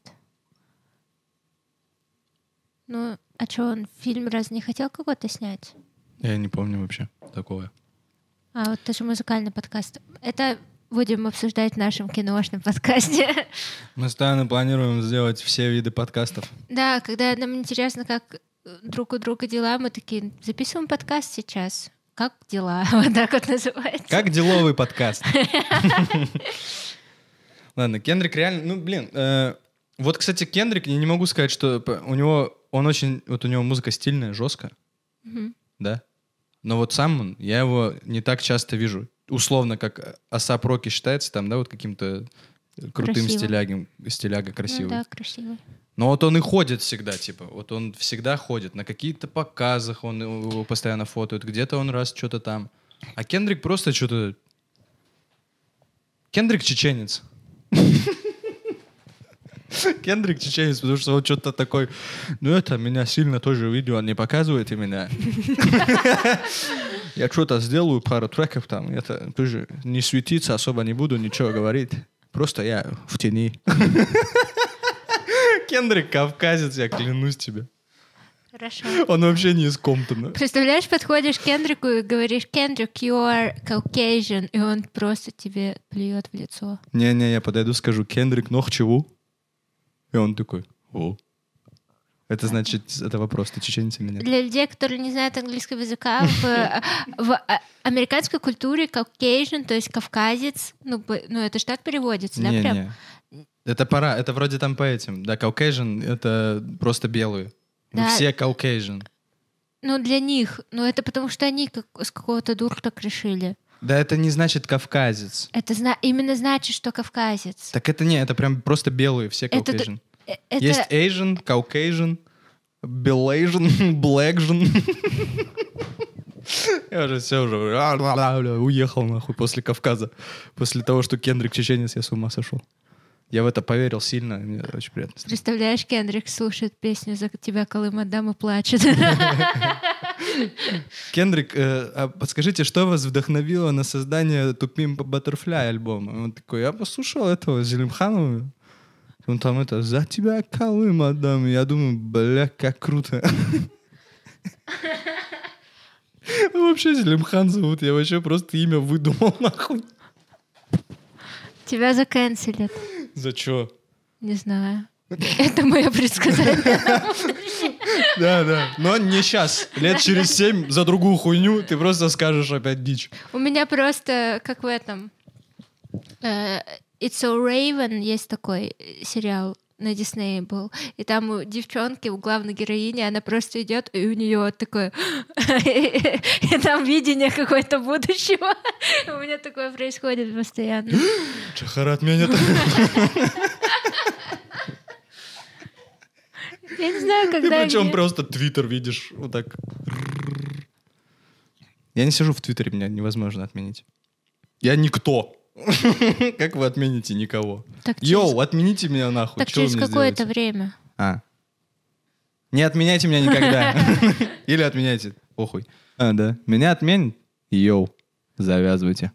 Speaker 2: Ну, а что, он фильм раз не хотел какой-то снять?
Speaker 1: Я не помню вообще такого.
Speaker 2: А вот тоже музыкальный подкаст. Это будем обсуждать в нашем киношном подкасте.
Speaker 1: Мы с Таной планируем сделать все виды подкастов.
Speaker 2: Да, когда нам интересно, как э, друг у друга дела, мы такие, записываем подкаст сейчас. Как дела? Вот так вот называется.
Speaker 1: Как деловый подкаст. Ладно, Кендрик реально... Ну, блин, э, вот, кстати, Кендрик, я не могу сказать, что п- у него... Он очень... Вот у него музыка стильная, жесткая,
Speaker 2: Мгм. Ну
Speaker 1: да? Но вот сам он, я его не так часто вижу. Условно, как Асап Роки считается там, да, вот каким-то крутым
Speaker 2: Красивым.
Speaker 1: стилягом, стиляга
Speaker 2: Ну
Speaker 1: красивым.
Speaker 2: да, красиво.
Speaker 1: Но вот он и ходит всегда, типа, вот он всегда ходит на какие-то показах, он его постоянно фотоют, где-то он раз что-то там. А Кендрик просто что-то... Кендрик чеченец. Кендрик чеченец, потому что он что-то такой, ну это меня сильно тоже видео не показывает и меня. Я что-то сделаю, пару треков там, это тоже не светиться особо не буду, ничего говорить. Просто я в тени. Кендрик кавказец, я клянусь тебе.
Speaker 2: Хорошо.
Speaker 1: Он вообще не из Комптона.
Speaker 2: Представляешь, подходишь к Кендрику и говоришь, Кендрик, you are Caucasian, и он просто тебе плюет в лицо.
Speaker 1: Не-не, я подойду, скажу, Кендрик, нох чего? И он такой, о. Это значит, это вопрос, ты чеченец или нет?
Speaker 2: Для людей, которые не знают английского языка, в, э, в, э, американской культуре Caucasian, то есть кавказец, ну, б- ну это же так переводится, да, прям?
Speaker 1: Не-не. Это пора, это вроде там по этим. Да, Caucasian — это просто белые. Мы
Speaker 2: Да.
Speaker 1: все Caucasian.
Speaker 2: Ну, для них. Ну, это потому что они как, с какого-то дура так решили.
Speaker 1: Да это не значит кавказец.
Speaker 2: Это зна- именно значит, что кавказец.
Speaker 1: Так это не, это прям просто белые, все
Speaker 2: Это т-
Speaker 1: Caucasian.
Speaker 2: Э, Это...
Speaker 1: Есть Asian, Caucasian, Belasian, Blackasian. Я уже все уже а, уехал нахуй после Кавказа. После того, что Кендрик чеченец, я с ума сошел. Я в это поверил сильно, и мне очень приятно. стало.
Speaker 2: Представляешь, Кендрик слушает песню «За тебя, Колым, отдам» и плачет.
Speaker 1: Кендрик, э, а подскажите, что вас вдохновило на создание «Тупим по Баттерфляй» альбома? Он такой, я послушал этого Зелимханова, он там это, за тебя Колым отдам. Я думаю, бля, как круто. Ну, Вообще Зелимхан зовут, я вообще просто имя выдумал, нахуй.
Speaker 2: Тебя заканцелят.
Speaker 1: За чё?
Speaker 2: Не знаю. Это мое предсказание.
Speaker 1: Да, да. Но не сейчас. Лет через семь за другую хуйню ты просто скажешь опять дичь.
Speaker 2: У меня просто, как в этом, э, It's so Raven есть такой э, сериал на Диснее был. И там у девчонки, у главной героини, она просто идет, и у нее такое... И там видение какое-то будущего. У меня такое происходит постоянно.
Speaker 1: Чахара отменят.
Speaker 2: Я не знаю,
Speaker 1: Ты
Speaker 2: когда...
Speaker 1: причем
Speaker 2: они-
Speaker 1: просто Твиттер видишь вот так. Я не сижу в Твиттере, меня невозможно отменить. Я никто. Как вы отмените никого?
Speaker 2: Так через-
Speaker 1: Йоу, отмените меня нахуй.
Speaker 2: Так
Speaker 1: чё вы
Speaker 2: через
Speaker 1: мне
Speaker 2: какое-то
Speaker 1: сделаете?
Speaker 2: время.
Speaker 1: А. Не отменяйте меня никогда. Или отменяйте. Похуй. А, да. Меня отменят? Йоу. Завязывайте.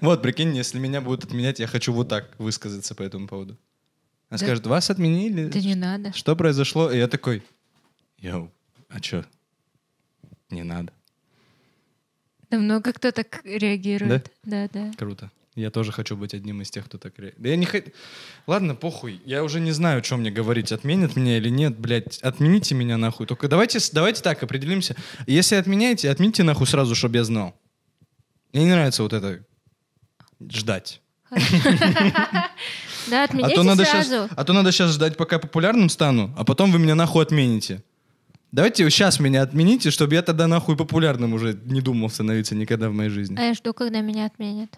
Speaker 1: Вот, прикинь, если меня будут отменять, я хочу вот так высказаться по этому поводу. Она
Speaker 2: Да-
Speaker 1: скажет, вас отменили.
Speaker 2: Да не надо.
Speaker 1: Что произошло? И я такой, йоу, а чё? Не надо.
Speaker 2: Да много кто так реагирует. Да, да.
Speaker 1: Круто. Я тоже хочу быть одним из тех, кто так... ре- Да я не хочу... Ладно, похуй. Я уже не знаю, что мне говорить. Отменят меня или нет, блядь. Отмените меня нахуй. Только давайте, с- давайте так определимся. Если отменяете, отмените нахуй сразу, чтобы я знал. Мне не нравится вот это ждать.
Speaker 2: Да,
Speaker 1: А то,
Speaker 2: отменяйте
Speaker 1: надо сейчас,
Speaker 2: сразу.
Speaker 1: а то надо сейчас ждать, пока я популярным стану, а потом вы меня нахуй отмените. Давайте сейчас меня отмените, чтобы я тогда нахуй популярным уже не думал становиться никогда в моей жизни.
Speaker 2: А я жду, когда меня отменят.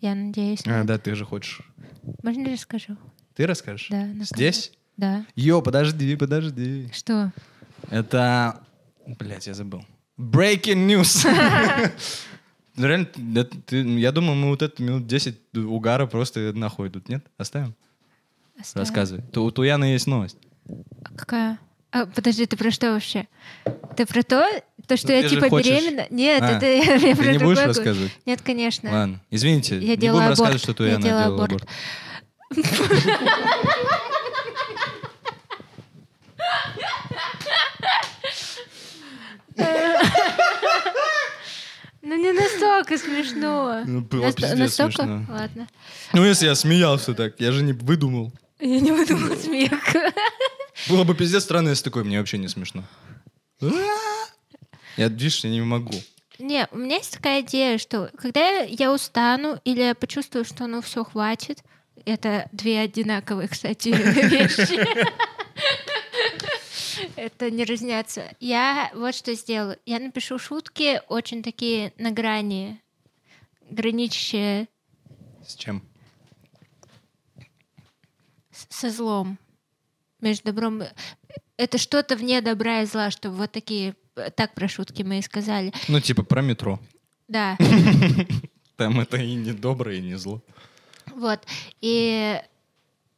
Speaker 2: Я надеюсь.
Speaker 1: А,
Speaker 2: на
Speaker 1: да, ты же хочешь.
Speaker 2: это. Можно я расскажу?
Speaker 1: Ты расскажешь?
Speaker 2: Да. на
Speaker 1: Здесь?
Speaker 2: камеру. Да.
Speaker 1: Йо, подожди, подожди.
Speaker 2: Что?
Speaker 1: Это... Блять, я забыл. Breaking news. Ну, Реально, ты- это- ты- я думаю, мы вот это минут 10 угара просто нахуй идут, нет? Оставим?
Speaker 2: Оставим.
Speaker 1: Рассказывай. Ту- У Туяна есть новость.
Speaker 2: А Какая? А, подожди, ты про что вообще? Ты про то, то что
Speaker 1: Ну,
Speaker 2: я
Speaker 1: ты же
Speaker 2: типа
Speaker 1: хочешь.
Speaker 2: беременна? Нет,
Speaker 1: А,
Speaker 2: это я,
Speaker 1: Ты
Speaker 2: про
Speaker 1: не
Speaker 2: другое
Speaker 1: будешь
Speaker 2: говорю.
Speaker 1: рассказывать?
Speaker 2: Нет, конечно.
Speaker 1: Ладно, извините,
Speaker 2: Я
Speaker 1: не будем
Speaker 2: делала
Speaker 1: рассказывать,
Speaker 2: аборт.
Speaker 1: что
Speaker 2: Я
Speaker 1: Туяна
Speaker 2: делала
Speaker 1: делала
Speaker 2: аборт.
Speaker 1: аборт.
Speaker 2: Ну не настолько смешно.
Speaker 1: Ну, было
Speaker 2: Наст-
Speaker 1: пиздец
Speaker 2: настолько?
Speaker 1: смешно.
Speaker 2: Ладно.
Speaker 1: Ну, если я смеялся так, я же не выдумал.
Speaker 2: Я не выдумала смех.
Speaker 1: Было бы пиздец странно, если такое, мне вообще не смешно. Я, видишь, я не могу.
Speaker 2: Не, у меня есть такая идея, что когда я устану или я почувствую, что ну все хватит, это две одинаковые, кстати, вещи. Это не разнятся. Я вот что сделаю. Я напишу шутки очень такие на грани, граничащие
Speaker 1: С чем?
Speaker 2: с- со злом, между добром. и- Это что-то вне добра и зла, что вот такие, э, так про шутки мы и сказали.
Speaker 1: Ну, типа про метро.
Speaker 2: Да.
Speaker 1: Там это и не доброе, и не зло.
Speaker 2: Вот. И,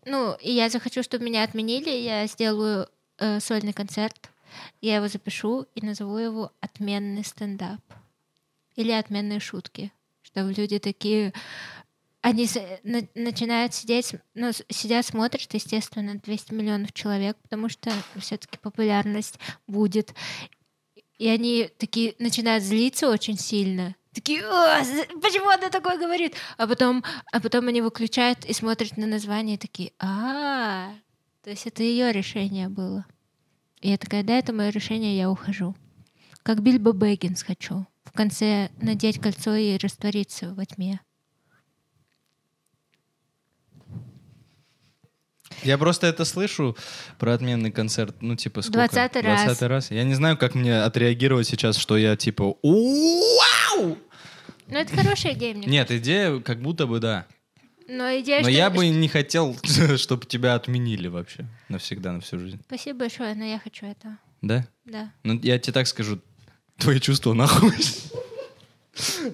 Speaker 2: ну, и я захочу, чтобы меня отменили. Я сделаю э, сольный концерт. Я его запишу и назову его «Отменный стендап». Или «Отменные шутки». Чтобы люди такие... Они с- на- начинают сидеть, с- ну, с- сидят, смотрят, естественно, 200 миллионов человек, потому что все-таки популярность будет. И они такие начинают злиться очень сильно. Такие, «О, з- почему она такое говорит? А потом, а потом они выключают и смотрят на название и такие, а, то есть это ее решение было. И я такая, да, это мое решение, я ухожу. Как Бильбо Бэггинс хочу. В конце надеть кольцо и раствориться во тьме.
Speaker 1: Я просто это слышу про отменный концерт, ну, типа, сколько?
Speaker 2: Двадцатый раз.
Speaker 1: Двадцатый раз. Я не знаю, как мне отреагировать сейчас, что я, типа, «Уау!»
Speaker 2: Ну, это хорошая идея, мне
Speaker 1: Нет, идея как будто бы да.
Speaker 2: кажется. Но идея,
Speaker 1: Но
Speaker 2: что-
Speaker 1: я бы не хотел, чтобы тебя отменили вообще навсегда, на всю жизнь.
Speaker 2: Спасибо большое, но я хочу это.
Speaker 1: Да?
Speaker 2: Да.
Speaker 1: Ну, я тебе так скажу, твои чувства нахуй.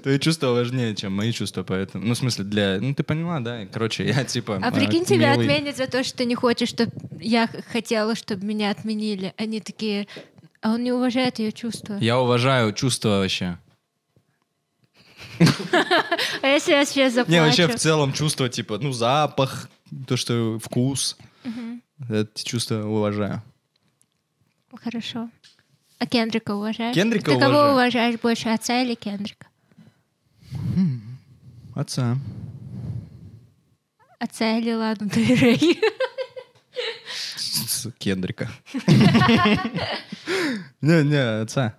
Speaker 1: Твои чувства важнее, чем мои чувства, поэтому... Ну, в смысле, для... Ну, ты поняла, да? Короче, я типа...
Speaker 2: А прикинь, тебя
Speaker 1: милый.
Speaker 2: отменят за то, что ты не хочешь, чтобы я х- хотела, чтобы меня отменили. Они такие, а он не уважает ее чувства.
Speaker 1: Я уважаю чувства вообще.
Speaker 2: А если я сейчас заплачу?
Speaker 1: Не, вообще в целом чувства, типа, ну, запах, то, что вкус. Эти чувства уважаю.
Speaker 2: Хорошо. А Кендрика уважаешь?
Speaker 1: Кендрика
Speaker 2: Ты кого
Speaker 1: уважаю.
Speaker 2: уважаешь больше, отца или Кендрика?
Speaker 1: Отца.
Speaker 2: Отца или Ладу Дель Рей?
Speaker 1: С- Кендрика. Не-не, отца.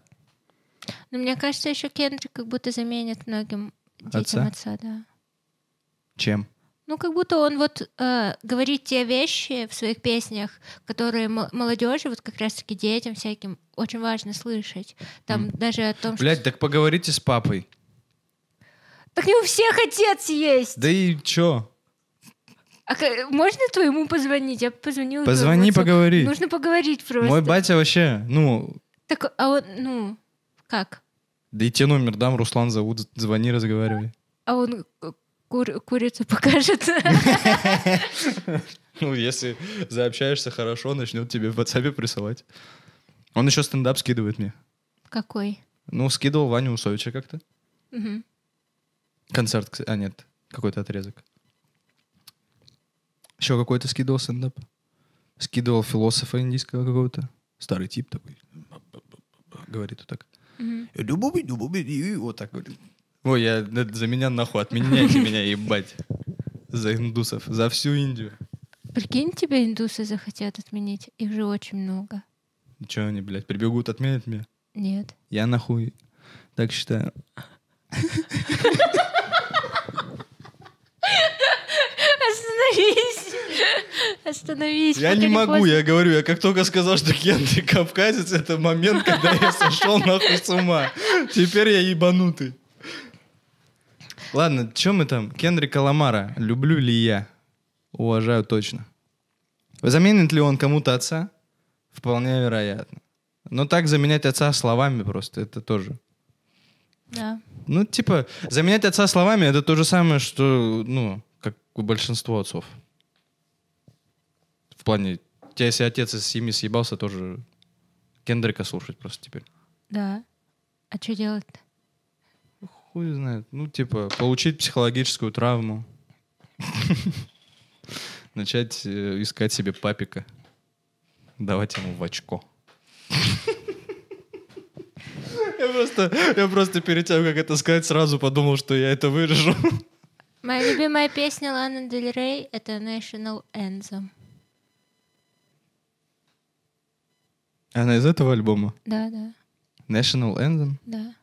Speaker 2: Но мне кажется, еще Кендрик как будто заменит многим детям
Speaker 1: Отца?
Speaker 2: отца, да.
Speaker 1: Чем?
Speaker 2: Ну, как будто он вот э, говорит те вещи в своих песнях, которые мо- молодежи, вот как раз-таки детям всяким, очень важно слышать. Там даже о том,
Speaker 1: Блять, так поговорите с папой.
Speaker 2: что... Так не у всех отец есть!
Speaker 1: Да и чё?
Speaker 2: А ка- можно твоему позвонить? Я позвонила
Speaker 1: Позвони,
Speaker 2: твоему отцу.
Speaker 1: поговори.
Speaker 2: Нужно поговорить ну, просто.
Speaker 1: Мой батя вообще, ну,
Speaker 2: Так, а он, ну, как?
Speaker 1: да и те номер дам, Руслан зовут, з- звони, разговаривай.
Speaker 2: А он ку- кур- курицу покажет.
Speaker 1: Ну, если заобщаешься хорошо, начнет тебе в WhatsApp присылать. Он еще стендап скидывает мне.
Speaker 2: Какой?
Speaker 1: Ну, скидывал Ваню Усовича как-то.
Speaker 2: Мгм.
Speaker 1: Концерт, кс- а нет, какой-то отрезок. Еще какой-то скидывал стендап. Скидывал философа индийского какого-то. Старый тип такой. Говорит вот так.
Speaker 2: Мгм.
Speaker 1: Любовь, любовь, и вот так говорит. Ой, я, ну, это за меня нахуй, отменяйте меня, ебать. За индусов, за всю Индию.
Speaker 2: Прикинь, тебя индусы захотят отменить. Их же очень много.
Speaker 1: Че они, блядь, прибегут, отменят меня?
Speaker 2: Нет.
Speaker 1: Я нахуй так считаю.
Speaker 2: Остановись. Остановись.
Speaker 1: Я
Speaker 2: пока
Speaker 1: не могу,
Speaker 2: поздно.
Speaker 1: я говорю, я как только сказал, что Кендрик кавказец, это момент, когда я сошел нахуй с ума. Теперь я ебанутый. Ладно, чем мы там? Кендрика Ламара. Люблю ли я? Уважаю точно. Заменит ли он кому-то отца? Вполне вероятно. Но так заменять отца словами просто, это тоже
Speaker 2: Да.
Speaker 1: ну, типа, заменять отца словами это то же самое, что, ну, как у большинства отцов. В плане, тебя, если отец из семьи съебался, тоже Кендрика слушать просто теперь.
Speaker 2: Да. А что делать-то?
Speaker 1: Хуй знает. Ну, типа, получить психологическую травму. Начать э, искать себе папика. Давать ему в очко. Я просто, я просто перед тем, как это сказать, сразу подумал, что я это вырежу.
Speaker 2: Моя любимая песня Ланы Дель Рей — это National Anthem.
Speaker 1: Она из этого альбома?
Speaker 2: Да, да,
Speaker 1: National Anthem?
Speaker 2: да.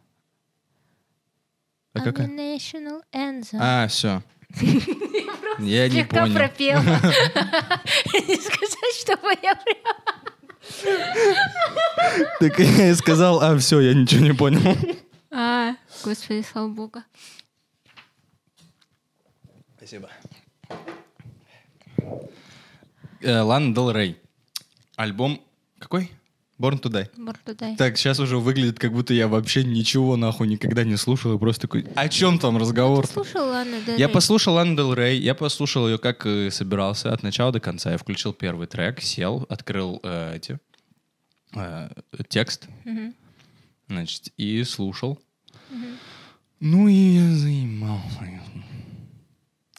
Speaker 1: А
Speaker 2: I'm
Speaker 1: какая?
Speaker 2: a National Anthem.
Speaker 1: А, все. Я не
Speaker 2: Слегка
Speaker 1: понял.
Speaker 2: пропела. Не сказать, что моя прям...
Speaker 1: Так я и сказал, а, все, я ничего не понял.
Speaker 2: А, господи, слава богу.
Speaker 1: Спасибо. Лана Дел Рей. Альбом какой? Born to Die.
Speaker 2: Мордудай.
Speaker 1: Так, сейчас уже выглядит, как будто я вообще ничего нахуй никогда не слушал. И просто такой, о чем там разговор?
Speaker 2: Слушал Лану Дель
Speaker 1: Я
Speaker 2: Рей?
Speaker 1: послушал Лану Дель Рей, я послушал ее, как и собирался, от начала до конца. Я включил первый трек, сел, открыл э, эти, э, текст,
Speaker 2: Мгм.
Speaker 1: значит, и слушал. Ну и я занимался.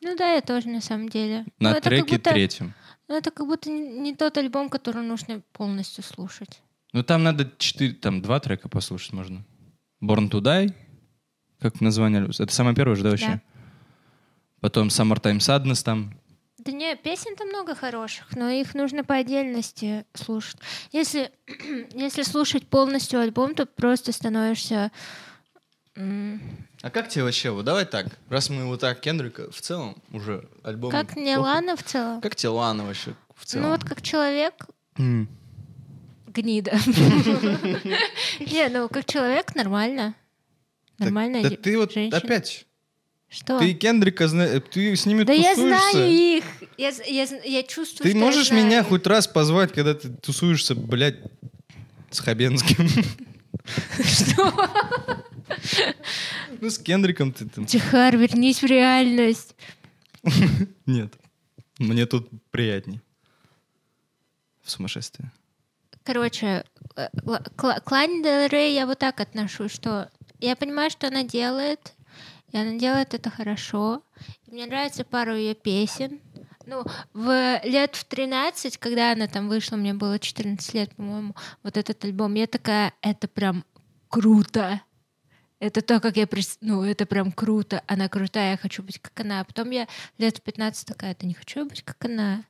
Speaker 2: Ну да, я тоже на самом деле.
Speaker 1: На
Speaker 2: Ну, это как
Speaker 1: треке
Speaker 2: будто-
Speaker 1: третьем.
Speaker 2: Ну это как будто не не тот альбом, который нужно полностью слушать.
Speaker 1: Ну там надо четыре, там два трека послушать можно. Born to Die, как название. альбома. Это самое первое же, да, вообще?
Speaker 2: Да.
Speaker 1: Потом Summertime Sadness там.
Speaker 2: Да не, песен-то много хороших, но их нужно по отдельности слушать. Если, если слушать полностью альбом, то просто становишься... м,
Speaker 1: А как тебе вообще, вот давай так, раз мы вот так, Кендрика, в целом уже альбом...
Speaker 2: Как не Лана в целом.
Speaker 1: Как тебе Лана вообще в целом?
Speaker 2: Ну вот как человек гнида. Не, ну как человек нормально. Нормальная
Speaker 1: Да
Speaker 2: де-
Speaker 1: ты вот
Speaker 2: женщина.
Speaker 1: опять,
Speaker 2: Что?
Speaker 1: ты Кендрика, зна- э, ты с ними
Speaker 2: Да я
Speaker 1: тусуешься.
Speaker 2: знаю их. Я з- Я з- я чувствую,
Speaker 1: Ты
Speaker 2: что я
Speaker 1: можешь
Speaker 2: знаю
Speaker 1: меня
Speaker 2: их.
Speaker 1: хоть раз позвать, когда ты тусуешься, блядь, с Хабенским?
Speaker 2: Что?
Speaker 1: Ну, с Кендриком ты там...
Speaker 2: Захар, вернись в реальность.
Speaker 1: Нет. Мне тут приятней. В сумасшествии.
Speaker 2: Короче, э, Л- Кла- к Лане Дель Рей я вот так отношусь, что я понимаю, что она делает, и она делает это хорошо. И мне нравится пару ее песен. Ну, в лет в 13, когда она там вышла, мне было 14 лет, по-моему, вот этот альбом, я такая, это прям круто. Это то, как я... прис- Ну, это прям круто. Она крутая, я хочу быть как она. А потом я лет в 15 такая, да не хочу я быть как она.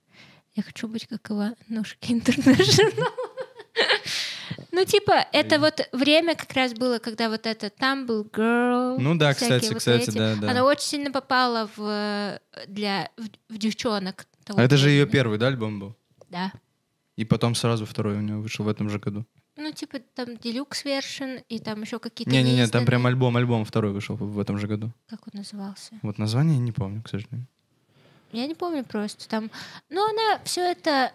Speaker 2: Я хочу быть как Иванушки Интернешнл. Ну, типа, это вот время как раз было, когда вот это Tumble Girl.
Speaker 1: Ну да,
Speaker 2: всякие
Speaker 1: кстати,
Speaker 2: вот
Speaker 1: кстати,
Speaker 2: эти.
Speaker 1: да, да.
Speaker 2: Она очень сильно попала в, э, для, в, в девчонок. того
Speaker 1: А это же ее
Speaker 2: времени.
Speaker 1: первый, да, альбом был?
Speaker 2: Да.
Speaker 1: И потом сразу второй у него вышел в этом же году.
Speaker 2: Ну, типа, там Deluxe Version и там еще какие-то...
Speaker 1: Не-не-не, там
Speaker 2: неизданные.
Speaker 1: прям альбом, альбом второй вышел в этом же году.
Speaker 2: Как он назывался?
Speaker 1: Вот название я не помню, к сожалению.
Speaker 2: Я не помню просто. Там... Но она все это...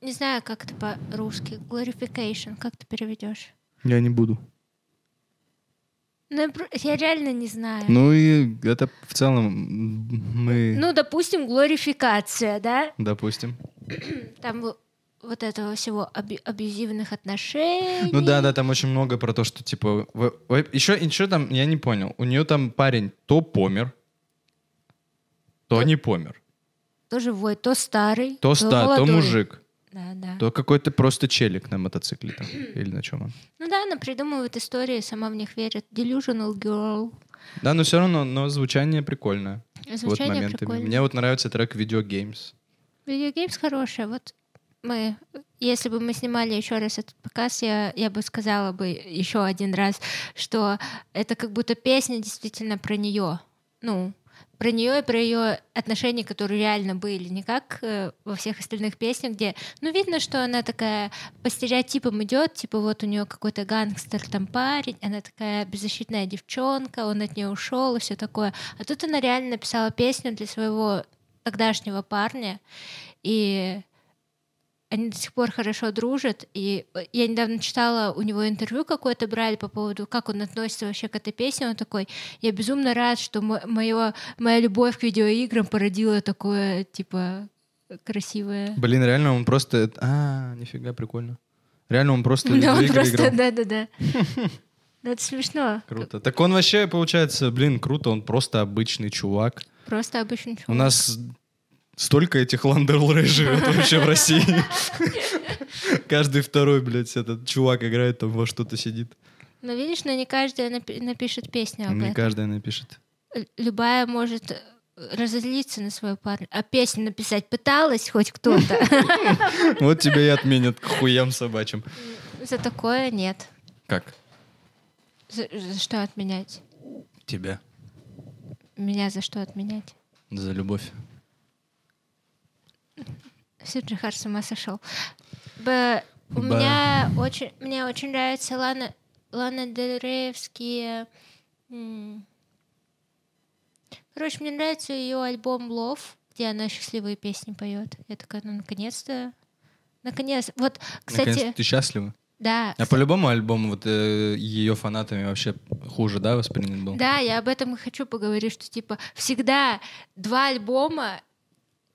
Speaker 2: Не знаю, как это по-русски. Glorification. Как ты переведешь?
Speaker 1: Я не буду.
Speaker 2: Ну, я, про- я реально не знаю.
Speaker 1: Ну и это в целом м, мы,
Speaker 2: Ну, допустим, глорификация, да?
Speaker 1: допустим.
Speaker 2: Там в- вот этого всего абю- абьюзивных отношений.
Speaker 1: Ну да, да, там очень много про то, что типа... Еще, еще там, я не понял, у нее там парень то помер, то не помер,
Speaker 2: То живой, то старый,
Speaker 1: то ста, то
Speaker 2: молодой.
Speaker 1: мужик,
Speaker 2: Да, да.
Speaker 1: то какой-то просто челик на мотоцикле там, или на чем он.
Speaker 2: Ну да, она придумывает истории, сама в них верит. Delusional girl.
Speaker 1: Да, но все равно, но звучание прикольное. вот
Speaker 2: Звучание
Speaker 1: моментами.
Speaker 2: прикольное.
Speaker 1: Мне вот нравится трек Video Games.
Speaker 2: Видеогеймс хорошая. Вот мы, если бы мы снимали еще раз этот показ, я, я бы сказала бы еще один раз, что это как будто песня действительно про нее. Ну, про нее и про ее отношения, которые реально были, не как э, во всех остальных песнях, где, ну, видно, что она такая по стереотипам идет, типа вот у нее какой-то гангстер там парень, она такая беззащитная девчонка, он от нее ушел и все такое. А тут она реально написала песню для своего тогдашнего парня, и они до сих пор хорошо дружат. И э, я недавно читала, у него интервью какое-то брали по поводу, как он относится вообще к этой песне. Он такой, я безумно рад, что мо- моё- моя любовь к видеоиграм породила такое, типа, красивое...
Speaker 1: Блин, реально он просто... А, нифига, прикольно. Реально он просто
Speaker 2: Да, он
Speaker 1: видеоигры играл.
Speaker 2: просто, да-да-да. Ну, Это смешно.
Speaker 1: Круто. Так он вообще, получается, блин, круто, он просто обычный чувак.
Speaker 2: Просто обычный
Speaker 1: У
Speaker 2: чувак.
Speaker 1: нас столько этих ландерлей живет вообще в России. Каждый второй, блядь, этот чувак играет, там во что-то сидит.
Speaker 2: Но видишь, но не каждая напи- напишет песню об
Speaker 1: Мне
Speaker 2: этом.
Speaker 1: каждая напишет.
Speaker 2: Л- Любая может э, разозлиться на свою парня. А песню написать пыталась хоть кто-то.
Speaker 1: Вот тебя и отменят к хуям собачьим.
Speaker 2: За такое нет.
Speaker 1: Как?
Speaker 2: За, за что отменять?
Speaker 1: Тебя.
Speaker 2: Меня за что отменять?
Speaker 1: За любовь.
Speaker 2: Сиджихар с ума сошел. Б- у
Speaker 1: Ба.
Speaker 2: меня очень, мне очень нравятся Лана, Лана Дель Реевские. м. Короче, мне нравится ее альбом Лов, где она счастливые песни поет. Я такая, ну наконец-то, наконец. Вот, кстати,
Speaker 1: Наконец-то ты счастлива.
Speaker 2: да.
Speaker 1: А по-любому альбом вот ее фанатами вообще хуже, да, воспринят был?
Speaker 2: Да, я об этом и хочу поговорить, что типа всегда два альбома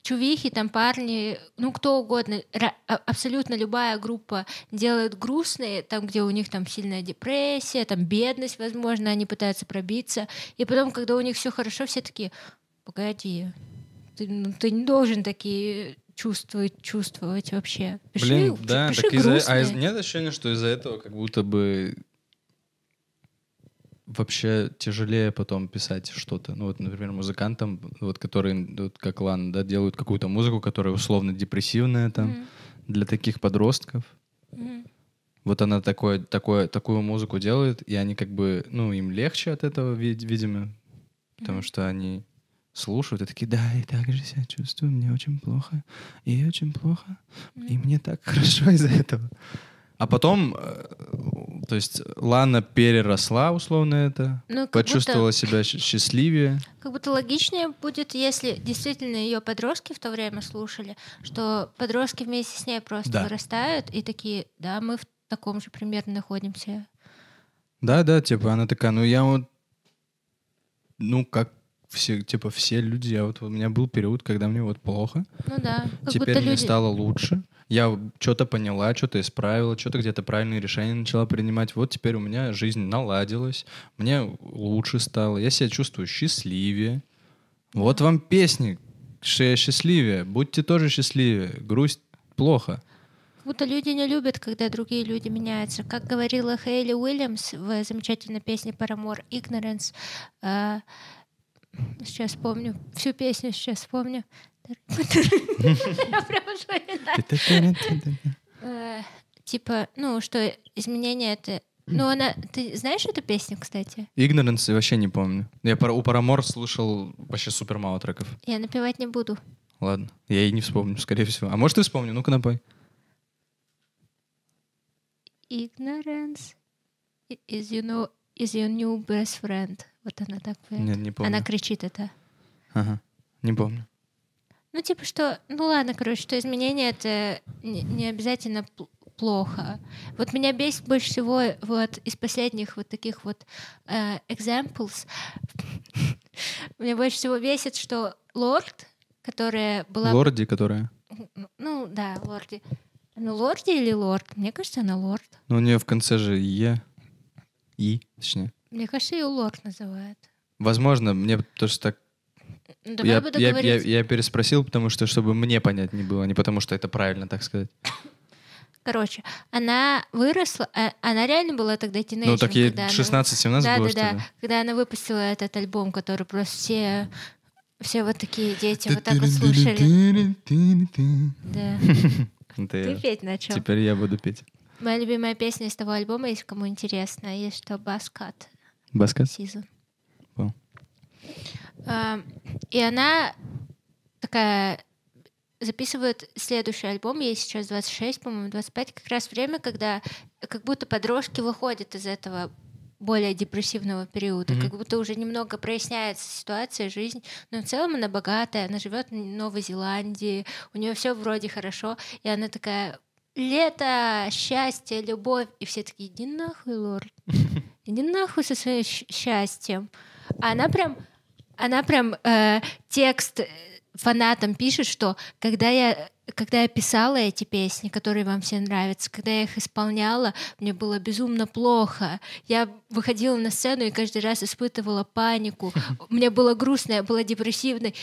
Speaker 2: Чувихи, там парни, ну кто угодно, ра- а- абсолютно любая группа делает грустные, там, где у них там сильная депрессия, там бедность, возможно, они пытаются пробиться. И потом, когда у них все хорошо, все такие, погоди, ты, ну, ты не должен такие чувствовать, чувствовать вообще. Пиши,
Speaker 1: Блин,
Speaker 2: пи-
Speaker 1: да,
Speaker 2: пиши
Speaker 1: так из-за- а
Speaker 2: грустные».
Speaker 1: из- нет ощущения, что из-за этого как будто бы вообще тяжелее потом писать что-то. Ну вот, например, музыкантам, вот которые, вот как Лан, да, делают какую-то музыку, которая условно депрессивная там
Speaker 2: Мгм.
Speaker 1: для таких подростков.
Speaker 2: Мгм.
Speaker 1: Вот она такое, такое, такую музыку делает, и они как бы, ну, им легче от этого, вид- видимо, потому
Speaker 2: Мгм.
Speaker 1: что они слушают и такие, да, я так же себя чувствую, мне очень плохо, и очень плохо, и
Speaker 2: Мгм.
Speaker 1: мне так хорошо из-за этого. А потом, э, то есть Лана переросла условно это,
Speaker 2: Ну, как будто-
Speaker 1: почувствовала себя щ- счастливее.
Speaker 2: Как будто логичнее будет, если действительно ее подростки в то время слушали, что подростки вместе с ней просто
Speaker 1: Да.
Speaker 2: вырастают и такие, да, мы в таком же примерно находимся.
Speaker 1: Да, да, типа она такая, ну я вот, ну как все, типа все люди, я вот у меня был период, когда мне вот плохо,
Speaker 2: Ну да, как
Speaker 1: теперь
Speaker 2: будто
Speaker 1: мне
Speaker 2: люди...
Speaker 1: стало лучше. Я что-то поняла, что-то исправила, что-то где-то правильные решения начала принимать. Вот теперь у меня жизнь наладилась, мне лучше стало, я себя чувствую счастливее. Вот вам песни, что я счастливее, будьте тоже счастливее, грусть плохо.
Speaker 2: Как будто люди не любят, когда другие люди меняются. Как говорила Хейли Уильямс в замечательной песне Paramore Ignorance, э, сейчас помню, всю песню сейчас помню. Я прям вспоминаю. Э, типа, ну, что изменения это... Ну, она... Ты знаешь эту песню, кстати?
Speaker 1: Игноренс я вообще не помню. Я пара- у Парамор слышал вообще супер мало треков.
Speaker 2: Я напевать не буду.
Speaker 1: Ладно, я и не вспомню, скорее всего. А может и вспомню, ну-ка напой.
Speaker 2: Ignorance is, you know, is your new best friend. Вот она так поет.
Speaker 1: Нет, не
Speaker 2: она
Speaker 1: помню.
Speaker 2: кричит это.
Speaker 1: Ага, не помню.
Speaker 2: Ну, типа, что... Ну, ладно, короче, что изменения это не, не обязательно пл- плохо. Вот меня бесит больше всего вот из последних вот таких вот э, examples. Меня больше всего бесит, что Лорд, которая была...
Speaker 1: Лорди, которая...
Speaker 2: Ну, да, Лорди. Ну, Лорди или Лорд? Мне кажется, она Лорд.
Speaker 1: Ну, у нее в конце же Е. И, точнее.
Speaker 2: Мне кажется, ее Лорд называют.
Speaker 1: Возможно, мне тоже так...
Speaker 2: Ну, Давай
Speaker 1: Я,
Speaker 2: буду
Speaker 1: я-
Speaker 2: говорить.
Speaker 1: а я- я переспросил, потому что, чтобы мне понять не было, не потому что это правильно, так сказать.
Speaker 2: Короче, она выросла, а- она реально была тогда тинейджером.
Speaker 1: Ну, так ей
Speaker 2: когда она-
Speaker 1: 16-17
Speaker 2: да,
Speaker 1: было,
Speaker 2: да,
Speaker 1: что
Speaker 2: да.
Speaker 1: ли?
Speaker 2: Когда она выпустила этот альбом, который просто все, все вот такие дети вот так вот слушали. Да.
Speaker 1: Да,
Speaker 2: Ты петь начал.
Speaker 1: Теперь я буду петь.
Speaker 2: Моя любимая песня из того альбома, если кому интересно, есть что Баскат
Speaker 1: Баскет?
Speaker 2: Сизон.
Speaker 1: Вау.
Speaker 2: А, И она такая записывает следующий альбом, ей сейчас 26, по-моему, 25, как раз время, когда как будто подростки выходят из этого более депрессивного периода,
Speaker 1: Мгм.
Speaker 2: как будто уже немного проясняется ситуация, жизнь, но в целом она богатая, она живет в Новой Зеландии, у нее все вроде хорошо, и она такая лето, счастье, любовь, и все такие иди нахуй, Лорд, иди нахуй со своим щ- счастьем, а она прям, она прям э, текст э, фанатам пишет, что когда я когда я писала эти песни, которые вам все нравятся, когда я их исполняла, мне было безумно плохо. Я выходила на сцену и каждый раз испытывала панику. Мне было грустно, я была депрессивной.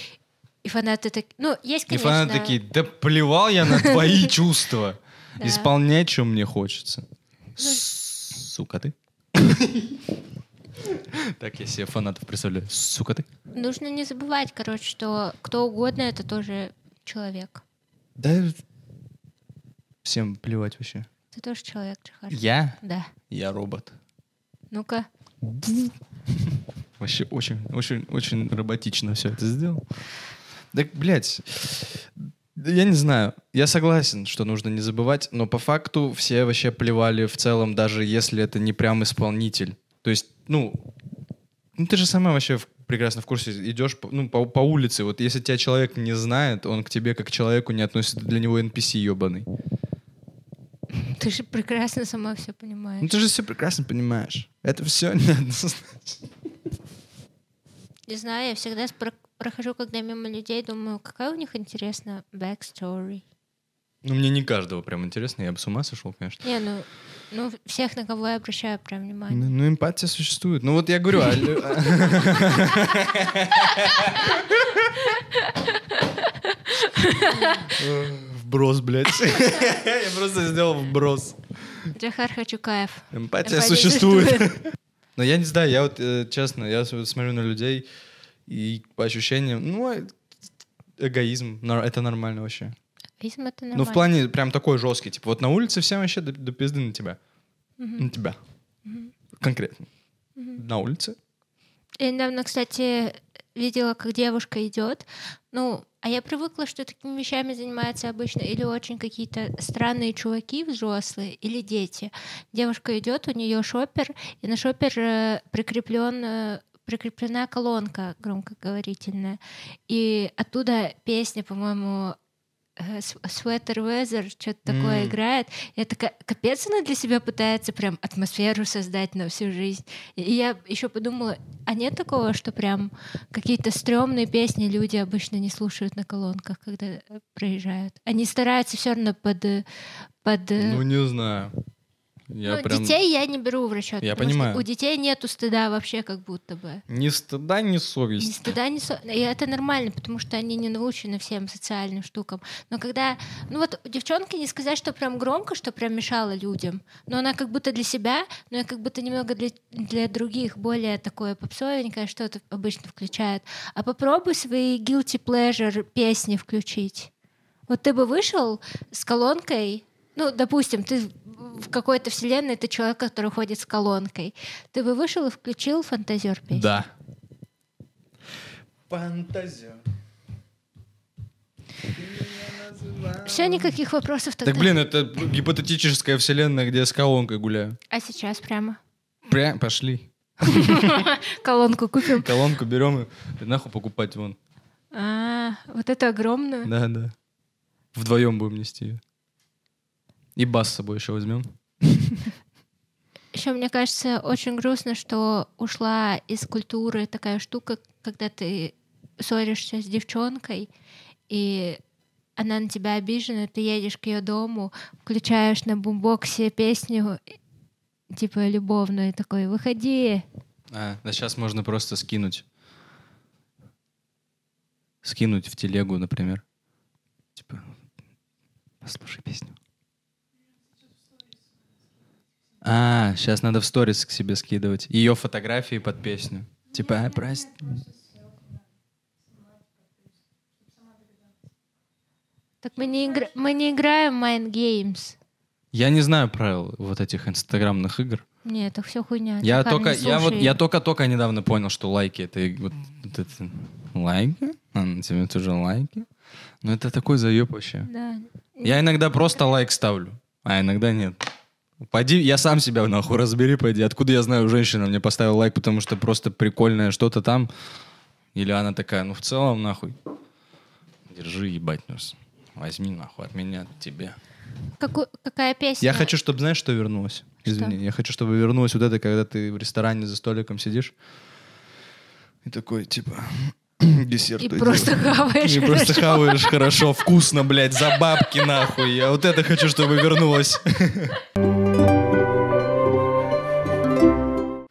Speaker 2: И фанаты такие... Ну, есть,
Speaker 5: И
Speaker 2: конечно...
Speaker 5: фанаты такие, да плевал я на твои чувства.
Speaker 2: Да. Ну.
Speaker 5: Исполнять, что мне хочется. Сука ты. Так я себе фанатов представляю. Сука ты.
Speaker 2: Нужно не забывать, короче, что кто угодно — это тоже человек.
Speaker 1: Да всем плевать вообще.
Speaker 2: Ты тоже человек, Джихар.
Speaker 5: Я?
Speaker 2: Да.
Speaker 5: Я робот.
Speaker 2: Ну-ка.
Speaker 1: Вообще очень, очень, очень роботично все это сделал. Так, блядь, да я не знаю. Я согласен, что нужно не забывать, но по факту все вообще плевали в целом, даже если это не прям исполнитель. То есть, ну, ну ты же сама вообще в- прекрасно в курсе идешь по- ну, по, по улице. Вот если тебя человек не знает, он к тебе как к человеку не относится, ты для него NPC ебаный.
Speaker 2: Ты же прекрасно сама все
Speaker 1: Ну
Speaker 2: понимаешь.
Speaker 1: ты же все прекрасно понимаешь. Это все неоднозначно.
Speaker 2: Не знаю, я всегда спро- прохожу, когда мимо людей, думаю, какая у них интересная backstory.
Speaker 1: Ну, мне не каждого прям интересно, я бы с ума сошел, конечно.
Speaker 2: Не, ну, ну всех, на кого я обращаю прям внимание.
Speaker 1: Ну, ну, эмпатия существует. Ну, вот я говорю, а лю- а Вброс, блядь. Я просто сделал вброс.
Speaker 2: Джахар Хачукаев.
Speaker 1: Эмпатия
Speaker 2: Эмпатия
Speaker 1: существует. Но я не знаю, я вот, э, честно, я с- вот смотрю на людей, и по ощущениям, ну, э, эгоизм, но это нормально вообще.
Speaker 2: Видимо, это
Speaker 1: Ну,
Speaker 2: нормально.
Speaker 1: в плане прям такой жесткий. Типа, вот на улице всем вообще до, до пизды на тебя. На тебя. Конкретно. На улице.
Speaker 2: Я недавно, кстати, видела, как девушка идет. Ну, а я привыкла, что такими вещами занимаются обычно или очень какие-то странные чуваки взрослые, или дети. Девушка идет, у нее шопер, и на шопер прикреплен прикреплена колонка громкоговорительная. И оттуда песня, по-моему, э, с- Sweater Weather, что-то такое
Speaker 1: М.
Speaker 2: играет. И Это ка- капец она для себя пытается прям атмосферу создать на всю жизнь. И я еще подумала, а нет такого, что прям какие-то стрёмные песни люди обычно не слушают на колонках, когда э, проезжают? Они стараются все равно под... э, под э,
Speaker 1: Ну, не знаю. Я
Speaker 2: ну,
Speaker 1: прям...
Speaker 2: детей я не беру в расчет.
Speaker 1: Я понимаю.
Speaker 2: у детей нету стыда вообще, как будто бы.
Speaker 1: Ни стыда, ни
Speaker 2: Ни
Speaker 1: совести.
Speaker 2: стыда, ни со- И это нормально, потому что они не научены всем социальным штукам. Но когда... Ну вот девчонка не сказать, что прям громко, что прям мешала людям, но она как будто для себя, но и как будто немного для, для других, более такое попсовенькое что-то обычно включает. А попробуй свои guilty pleasure песни включить. Вот ты бы вышел с колонкой, ну, допустим, ты в какой-то вселенной, ты человек, который ходит с колонкой. Ты бы вышел и включил фантазер песню.
Speaker 5: Да.
Speaker 1: Фантазия.
Speaker 2: Все, никаких вопросов тогда.
Speaker 1: Так, блин, это гипотетическая вселенная, где я с колонкой гуляю.
Speaker 2: А сейчас прямо
Speaker 1: Прям пошли.
Speaker 2: колонку купим.
Speaker 1: Колонку берем и да нахуй покупать вон.
Speaker 2: А, вот это огромную.
Speaker 1: Да, да. Вдвоем будем нести ее. И бас с собой еще возьмем.
Speaker 2: Еще мне кажется очень грустно, что ушла из культуры такая штука, когда ты ссоришься с девчонкой и она на тебя обижена, ты едешь к ее дому, включаешь на бумбоксе песню и- типа любовную и такой, выходи.
Speaker 1: А, да сейчас можно просто скинуть. Скинуть в телегу, например. Типа, послушай песню. А, сейчас надо в сторис к себе скидывать. Ее фотографии под песню. Типа, а, прости.
Speaker 2: Так мы не, игр- мы не играем Mind Games.
Speaker 1: Я не знаю правил вот этих инстаграмных игр.
Speaker 2: Нет, это все хуйня.
Speaker 1: Я
Speaker 2: Чувак, А не
Speaker 1: только, я вот,
Speaker 2: слушай.
Speaker 1: я только-только недавно понял, что лайки это и вот, вот это лайки, а, тебе тоже лайки. Ну это такой заеб вообще.
Speaker 2: Да.
Speaker 1: Я иногда просто лайк ставлю, а иногда нет. Пойди, я сам себя нахуй разбери, пойди. Откуда я знаю, женщина мне поставила лайк, потому что просто прикольное что-то там. Или она такая, ну в целом нахуй. Держи, ебать нос. Возьми нахуй от меня, от тебя.
Speaker 2: Какую- какая песня?
Speaker 1: Я хочу, чтобы, знаешь, что вернулось? Извини, я хочу, чтобы вернулось вот это, когда ты в ресторане за столиком сидишь и такой, типа, десерт.
Speaker 2: И
Speaker 1: доделай.
Speaker 2: просто хаваешь.
Speaker 1: И просто
Speaker 2: хорошо.
Speaker 1: хаваешь хорошо, вкусно, блядь, за бабки нахуй. Я вот это хочу, чтобы вернулось.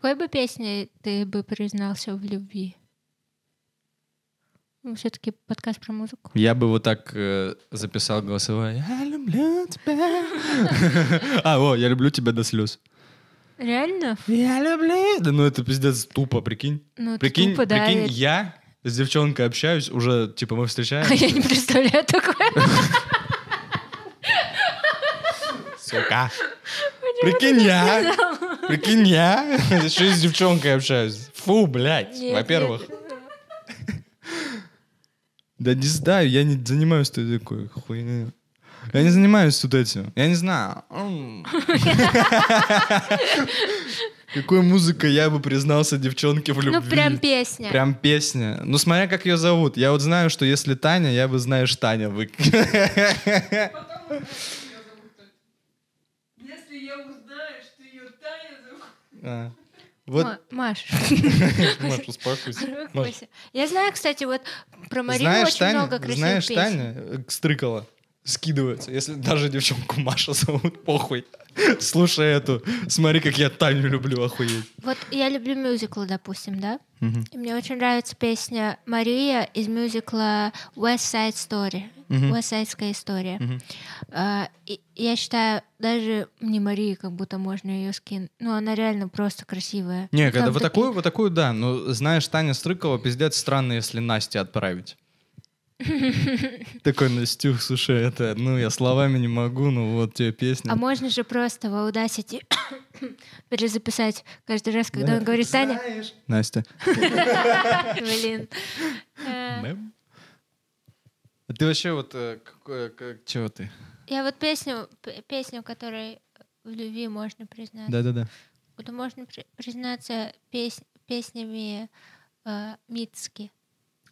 Speaker 2: Какой бы песней ты бы признался в любви? Ну, все-таки подкаст про музыку.
Speaker 1: Я бы вот так э, записал голосовое. Я люблю тебя. А, о, я люблю тебя до слез.
Speaker 2: Реально?
Speaker 1: Я люблю. Да ну это пиздец тупо, прикинь.
Speaker 2: Ну, это
Speaker 1: Прикинь,
Speaker 2: тупо, да,
Speaker 1: прикинь,
Speaker 2: это-
Speaker 1: я с девчонкой общаюсь, уже, типа, мы встречаемся.
Speaker 2: Я не представляю такое.
Speaker 1: Сука. Прикинь, я. Прикинь, я. Еще и с девчонкой общаюсь. Фу, блядь.
Speaker 2: Нет,
Speaker 1: Во-первых. Да не знаю, я не занимаюсь той такой хуйней. Я не занимаюсь тут этим. Я не знаю. М. Какой музыкой я бы признался девчонке в любви?
Speaker 2: Ну, прям песня.
Speaker 1: Прям песня. Ну, смотря как ее зовут. Я вот знаю, что если Таня, я бы знаешь Таня. Вы...
Speaker 6: Если я узнаю, что ее Таня зовут...
Speaker 1: А. Вот,
Speaker 2: Ма- Маш,
Speaker 1: Маш, успокойся. Маш,
Speaker 2: успокойся. Я знаю, кстати, вот про Марину
Speaker 1: Знаешь,
Speaker 2: очень
Speaker 1: Таня,
Speaker 2: много красивых
Speaker 1: знаешь,
Speaker 2: песен.
Speaker 1: Таня э, стрыкала, скидывается. Если даже девчонку Маша зовут, похуй. Слушай эту, смотри, как я Таню люблю, охуеть.
Speaker 2: Вот я люблю мюзиклы, допустим, да? И мне очень нравится песня Мария из мюзикла West Side Story. West Sideская история. А, и- и я считаю, даже не Марии, как будто можно ее скинуть. Ну, она реально просто красивая.
Speaker 1: Не,
Speaker 2: Ну,
Speaker 1: когда
Speaker 2: там
Speaker 1: вот
Speaker 2: такие-
Speaker 1: такую, вот такую, да. Но знаешь, Таня Стрыкова, пиздец, странно, если Насте отправить. Такой, Настюх, слушай, это, ну, я словами не могу, ну, вот тебе песня.
Speaker 2: А можно же просто в Audacity перезаписать каждый раз, когда он говорит Таня.
Speaker 1: Настя.
Speaker 2: Блин. Э,
Speaker 1: Мэм. А Ты вообще вот, э, какое- как- чего ты?
Speaker 2: Я вот песню, п- песню, которой в любви можно признаться.
Speaker 1: Да-да-да.
Speaker 2: Вот можно при- признаться пес- песнями э, Мицки.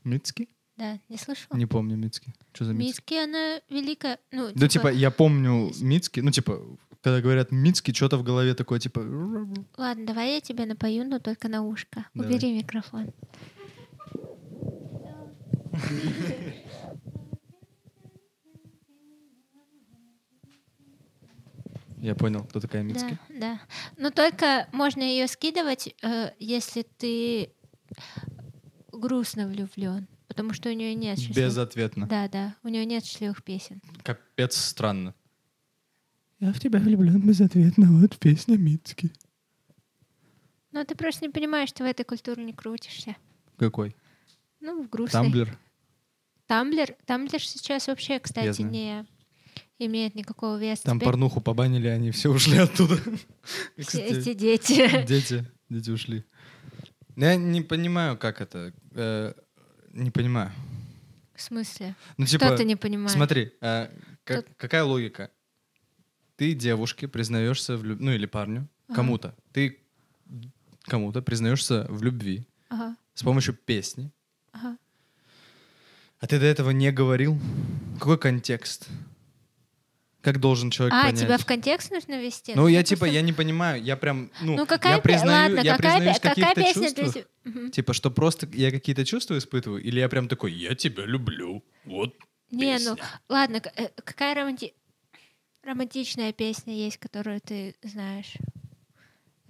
Speaker 1: Мицки?
Speaker 2: Да, не слышала?
Speaker 1: Не помню Мицки. Что за Мицки?
Speaker 2: Мицки, она великая. Ну,
Speaker 1: Да, типа, я помню Мицки, ну, типа, когда говорят Мицки, что-то в голове такое, типа...
Speaker 2: Ладно, давай я тебя напою, но только на ушко.
Speaker 1: Давай.
Speaker 2: Убери микрофон.
Speaker 1: Я понял, кто такая
Speaker 2: Да, да. Но только можно ее скидывать, э, если ты грустно влюблен, потому что у нее нет счастливых-
Speaker 1: Безответно.
Speaker 2: Да, да, у нее нет счастливых песен.
Speaker 1: Капец странно.
Speaker 7: Я в тебя влюблен безответно, вот песня Мицки.
Speaker 2: Но ты просто не понимаешь, что в этой культуре не крутишься.
Speaker 1: Какой?
Speaker 2: Ну, в грустной.
Speaker 1: Тамблер?
Speaker 2: Тамблер, Тамблер сейчас вообще, кстати,
Speaker 1: знаю.
Speaker 2: не имеет никакого веса.
Speaker 1: Там
Speaker 2: Теперь
Speaker 1: порнуху побанили, они все ушли оттуда.
Speaker 2: все
Speaker 1: Кстати,
Speaker 2: эти дети.
Speaker 1: Дети, дети ушли. Ну, Я не понимаю, как это. э, Не понимаю.
Speaker 2: В смысле?
Speaker 1: Ну,
Speaker 2: Что
Speaker 1: типа,
Speaker 2: ты не понимаешь?
Speaker 1: смотри, э, как- какая логика? Ты девушке признаешься в любви, ну или парню,
Speaker 2: Ага.
Speaker 1: кому-то. Ты кому-то признаешься в любви
Speaker 2: Ага,
Speaker 1: с помощью песни.
Speaker 2: ага.
Speaker 1: А ты до этого не говорил? Какой контекст? Как должен человек
Speaker 2: А,
Speaker 1: понять?
Speaker 2: тебя в контекст нужно вести?
Speaker 1: Ну, я
Speaker 2: просто-
Speaker 1: типа, я не понимаю, я прям, ну,
Speaker 2: Ну, какая
Speaker 1: я
Speaker 2: пе-
Speaker 1: признаю,
Speaker 2: Ладно,
Speaker 1: я
Speaker 2: какая,
Speaker 1: признаюсь
Speaker 2: пе-
Speaker 1: в каких-то
Speaker 2: какая песня для
Speaker 1: чувствах,
Speaker 2: тебя? Мгм.
Speaker 1: типа, что просто я какие-то чувства испытываю, или я прям такой, я тебя люблю, вот
Speaker 2: Не, ну,
Speaker 1: песня.
Speaker 2: ладно, к- э, какая романти- романтичная песня есть, которую ты знаешь?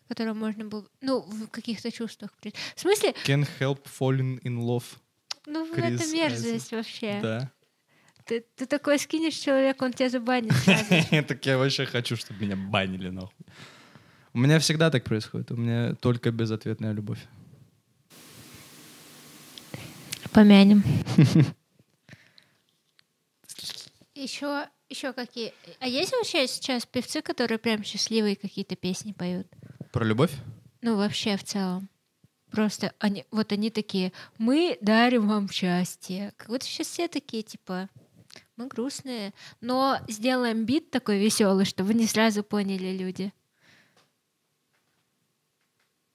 Speaker 2: Которую можно было... Ну, в каких-то чувствах. при- В смысле?
Speaker 1: Can't help falling in love,
Speaker 2: Ну, в
Speaker 1: Крис
Speaker 2: это
Speaker 1: Эзер.
Speaker 2: мерзость вообще.
Speaker 1: да.
Speaker 2: Ты, ты такое скинешь человека, он тебя забанит сразу.
Speaker 1: Так я вообще хочу, чтобы меня банили, нахуй. У меня всегда так происходит. У меня только безответная любовь.
Speaker 2: Помянем. Еще, еще какие? А есть вообще сейчас певцы, которые прям счастливые какие-то песни поют?
Speaker 1: Про любовь?
Speaker 2: Ну, вообще в целом. Просто они, вот они такие, мы дарим вам счастье. Как будто сейчас все такие, типа, мы грустные, но сделаем бит такой веселый, что вы не сразу поняли люди.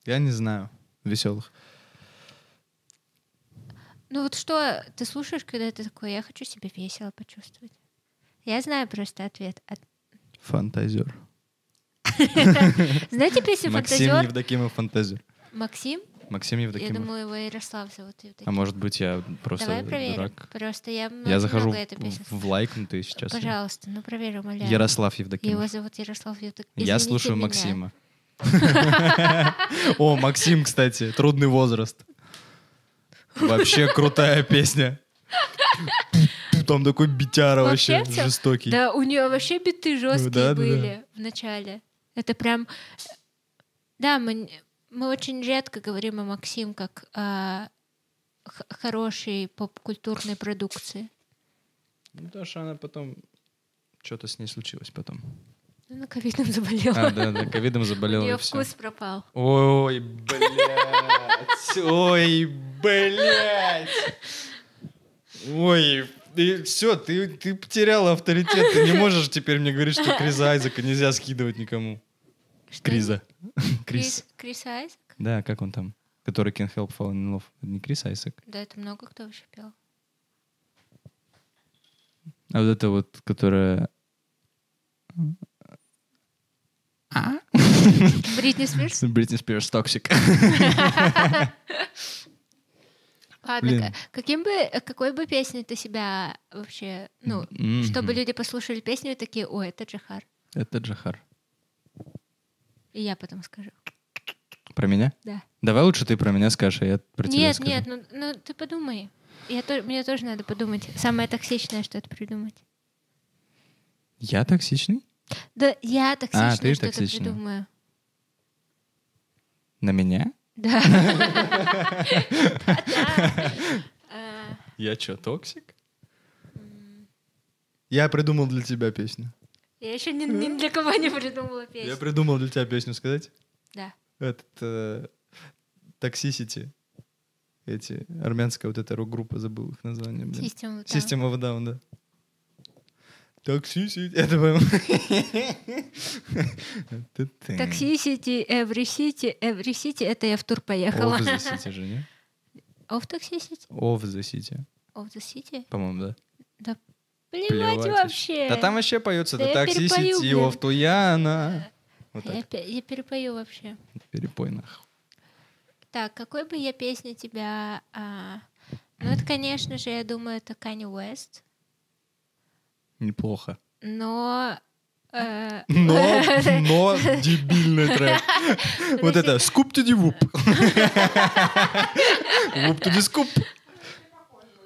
Speaker 1: Я не знаю. Веселых.
Speaker 2: Ну вот что ты слушаешь, когда ты такой, я хочу себя весело почувствовать. Я знаю просто ответ. От-
Speaker 1: Фантазер.
Speaker 2: Знаете песню
Speaker 1: Максим
Speaker 2: «Фантазер»?
Speaker 1: Евдокимов фантазер.
Speaker 2: Максим?
Speaker 1: Максим
Speaker 2: Я
Speaker 1: Евдокимов.
Speaker 2: думаю, его Ярослав зовут. Евдоким.
Speaker 1: А может быть, я просто
Speaker 2: Давай проверим.
Speaker 1: дурак.
Speaker 2: Просто я,
Speaker 1: Я захожу
Speaker 2: много эту песню
Speaker 1: в, в лайкнутые сейчас.
Speaker 2: Пожалуйста, ну проверим, умоляю.
Speaker 1: Ярослав
Speaker 2: Его
Speaker 1: Евдокимов.
Speaker 2: зовут Ярослав Евдок.
Speaker 1: Я
Speaker 2: Извините
Speaker 1: слушаю
Speaker 2: меня.
Speaker 1: Максима. О, Максим, кстати, трудный возраст. Вообще крутая песня. Там такой битяра вообще
Speaker 2: Вообще всё?
Speaker 1: жестокий.
Speaker 2: Да, у нее вообще биты жесткие
Speaker 1: Ну да, да,
Speaker 2: были в начале. Это прям... Да, мы, н- мы очень редко говорим о Максим как о х- хорошей поп-культурной продукции.
Speaker 1: Ну, Потому что она потом... Что-то с ней случилось потом.
Speaker 2: Она ковидом заболела.
Speaker 1: А, да, да, ковидом заболела
Speaker 2: У
Speaker 1: и
Speaker 2: нее
Speaker 1: все.
Speaker 2: вкус пропал.
Speaker 1: Ой, блядь. Ой, блядь. Ой, все, ты, ты потеряла авторитет. Ты не можешь теперь мне говорить, что Криса Айзека нельзя скидывать никому.
Speaker 2: Что?
Speaker 1: Криза. Крис.
Speaker 2: Крис. Крис Айзек?
Speaker 1: Да, как он там? Который Can Help Falling in Love. Это Не Крис Айзек.
Speaker 2: Да, это много кто вообще пел.
Speaker 1: А вот это вот, которая...
Speaker 2: Бритни Спирс?
Speaker 1: Бритни Спирс Токсик.
Speaker 2: Ладно,
Speaker 1: Блин.
Speaker 2: к- каким бы, э, какой бы песней ты себя вообще, ну, чтобы люди послушали песню и такие, о, это Джахар.
Speaker 1: Это Джахар.
Speaker 2: И я потом скажу.
Speaker 1: Про меня?
Speaker 2: Да.
Speaker 1: Давай лучше ты про меня скажешь, а я про тебя
Speaker 2: нет,
Speaker 1: скажу.
Speaker 2: нет, ну, ну ты подумай. Я то- мне тоже надо подумать. Самое токсичное что-то придумать.
Speaker 1: Я токсичный?
Speaker 2: Да, я токсичная,
Speaker 1: А, ты
Speaker 2: что-то
Speaker 1: токсичная.
Speaker 2: придумаю.
Speaker 1: На меня?
Speaker 2: Да. Да. Э,
Speaker 1: Я чё, токсик? Я придумал для тебя песню.
Speaker 2: Я еще ни, ни для кого не придумала
Speaker 1: Я
Speaker 2: песню.
Speaker 1: придумал для тебя песню сказать.
Speaker 2: Да.
Speaker 1: Этот э, Toxicity. Эти армянская вот эта рок-группа, забыл их название. блин.
Speaker 2: Система.
Speaker 1: System of a Down, да. Toxicity. Это по
Speaker 2: Такси City, Every City, Every City, это я в тур поехала.
Speaker 1: Of the City же, не?
Speaker 2: Of Taxi City?
Speaker 1: Of the City,
Speaker 2: Of the City?
Speaker 1: по-моему, да.
Speaker 2: Плевать,
Speaker 1: Плевать вообще.
Speaker 2: вообще.
Speaker 1: Да там вообще поется
Speaker 2: Да
Speaker 1: The
Speaker 2: я перепою,
Speaker 1: Toxicity
Speaker 2: блин. Э.
Speaker 1: of Tuyana. Вот
Speaker 2: я,
Speaker 1: так,
Speaker 2: пе- я перепою вообще.
Speaker 1: перепой нахуй.
Speaker 2: Так, какой бы я песня тебя... а, Ну, это, конечно же, я думаю, это Kanye West,
Speaker 1: Неплохо.
Speaker 2: но... э,
Speaker 1: Но, но дебильный трек. Вот это скуп тиди вуп. Вуп туди скуп.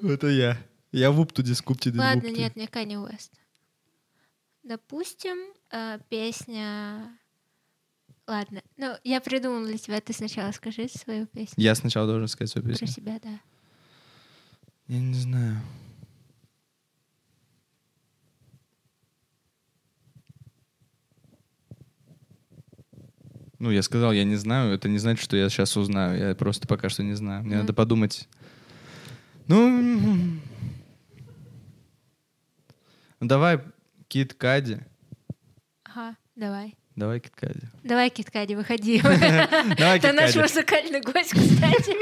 Speaker 1: Это я. Я вуп туди скуп тиди
Speaker 2: Ладно,
Speaker 1: вуп.
Speaker 2: нет, не Kanye West. Допустим, э, песня... Ладно, ну, я придумала для тебя, ты сначала скажи свою песню.
Speaker 1: Я сначала должен сказать свою
Speaker 2: Про
Speaker 1: песню.
Speaker 2: себя, да.
Speaker 1: Я не знаю. Ну, я сказал, я не знаю. Это не значит, что я сейчас узнаю. Я просто пока что не знаю. Мне
Speaker 2: Ну.
Speaker 1: надо подумать. Ну, м. Ну, давай Кит Кади.
Speaker 2: Ага, давай.
Speaker 1: Давай Кит Кади.
Speaker 2: Давай, Киткади, выходи.
Speaker 1: Давай
Speaker 2: Это
Speaker 1: Кит
Speaker 2: наш
Speaker 1: Кади.
Speaker 2: музыкальный гость, кстати.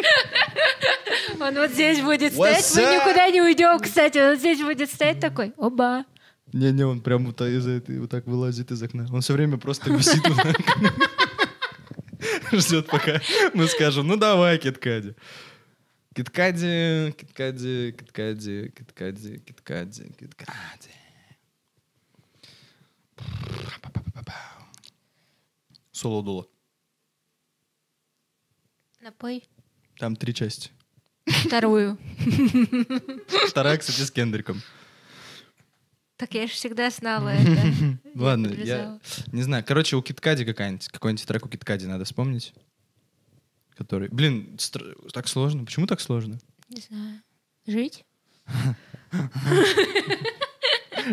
Speaker 2: Он вот здесь будет
Speaker 1: What's
Speaker 2: стоять. Мы
Speaker 1: up?
Speaker 2: никуда не уйдем, кстати. Он вот здесь будет стоять такой. Оба.
Speaker 1: Не-не, он прям вот из этой вот так вылазит из окна. Он все время просто висит вот так. Ждет, пока мы скажем, ну давай, Киткади. Киткади, Киткади, Киткади, Киткади, Киткади, Киткади. Соло дуло.
Speaker 2: Напой
Speaker 1: Там три части.
Speaker 2: вторую.
Speaker 1: Вторая, кстати, с Кендриком.
Speaker 2: Так я же всегда знала это.
Speaker 1: Ладно, я
Speaker 2: подвязала.
Speaker 1: не знаю. Короче, у Киткади какая-нибудь, какой-нибудь трек у Киткади надо вспомнить. Который... Блин, стр- так сложно. Почему так сложно?
Speaker 2: Не знаю. Жить?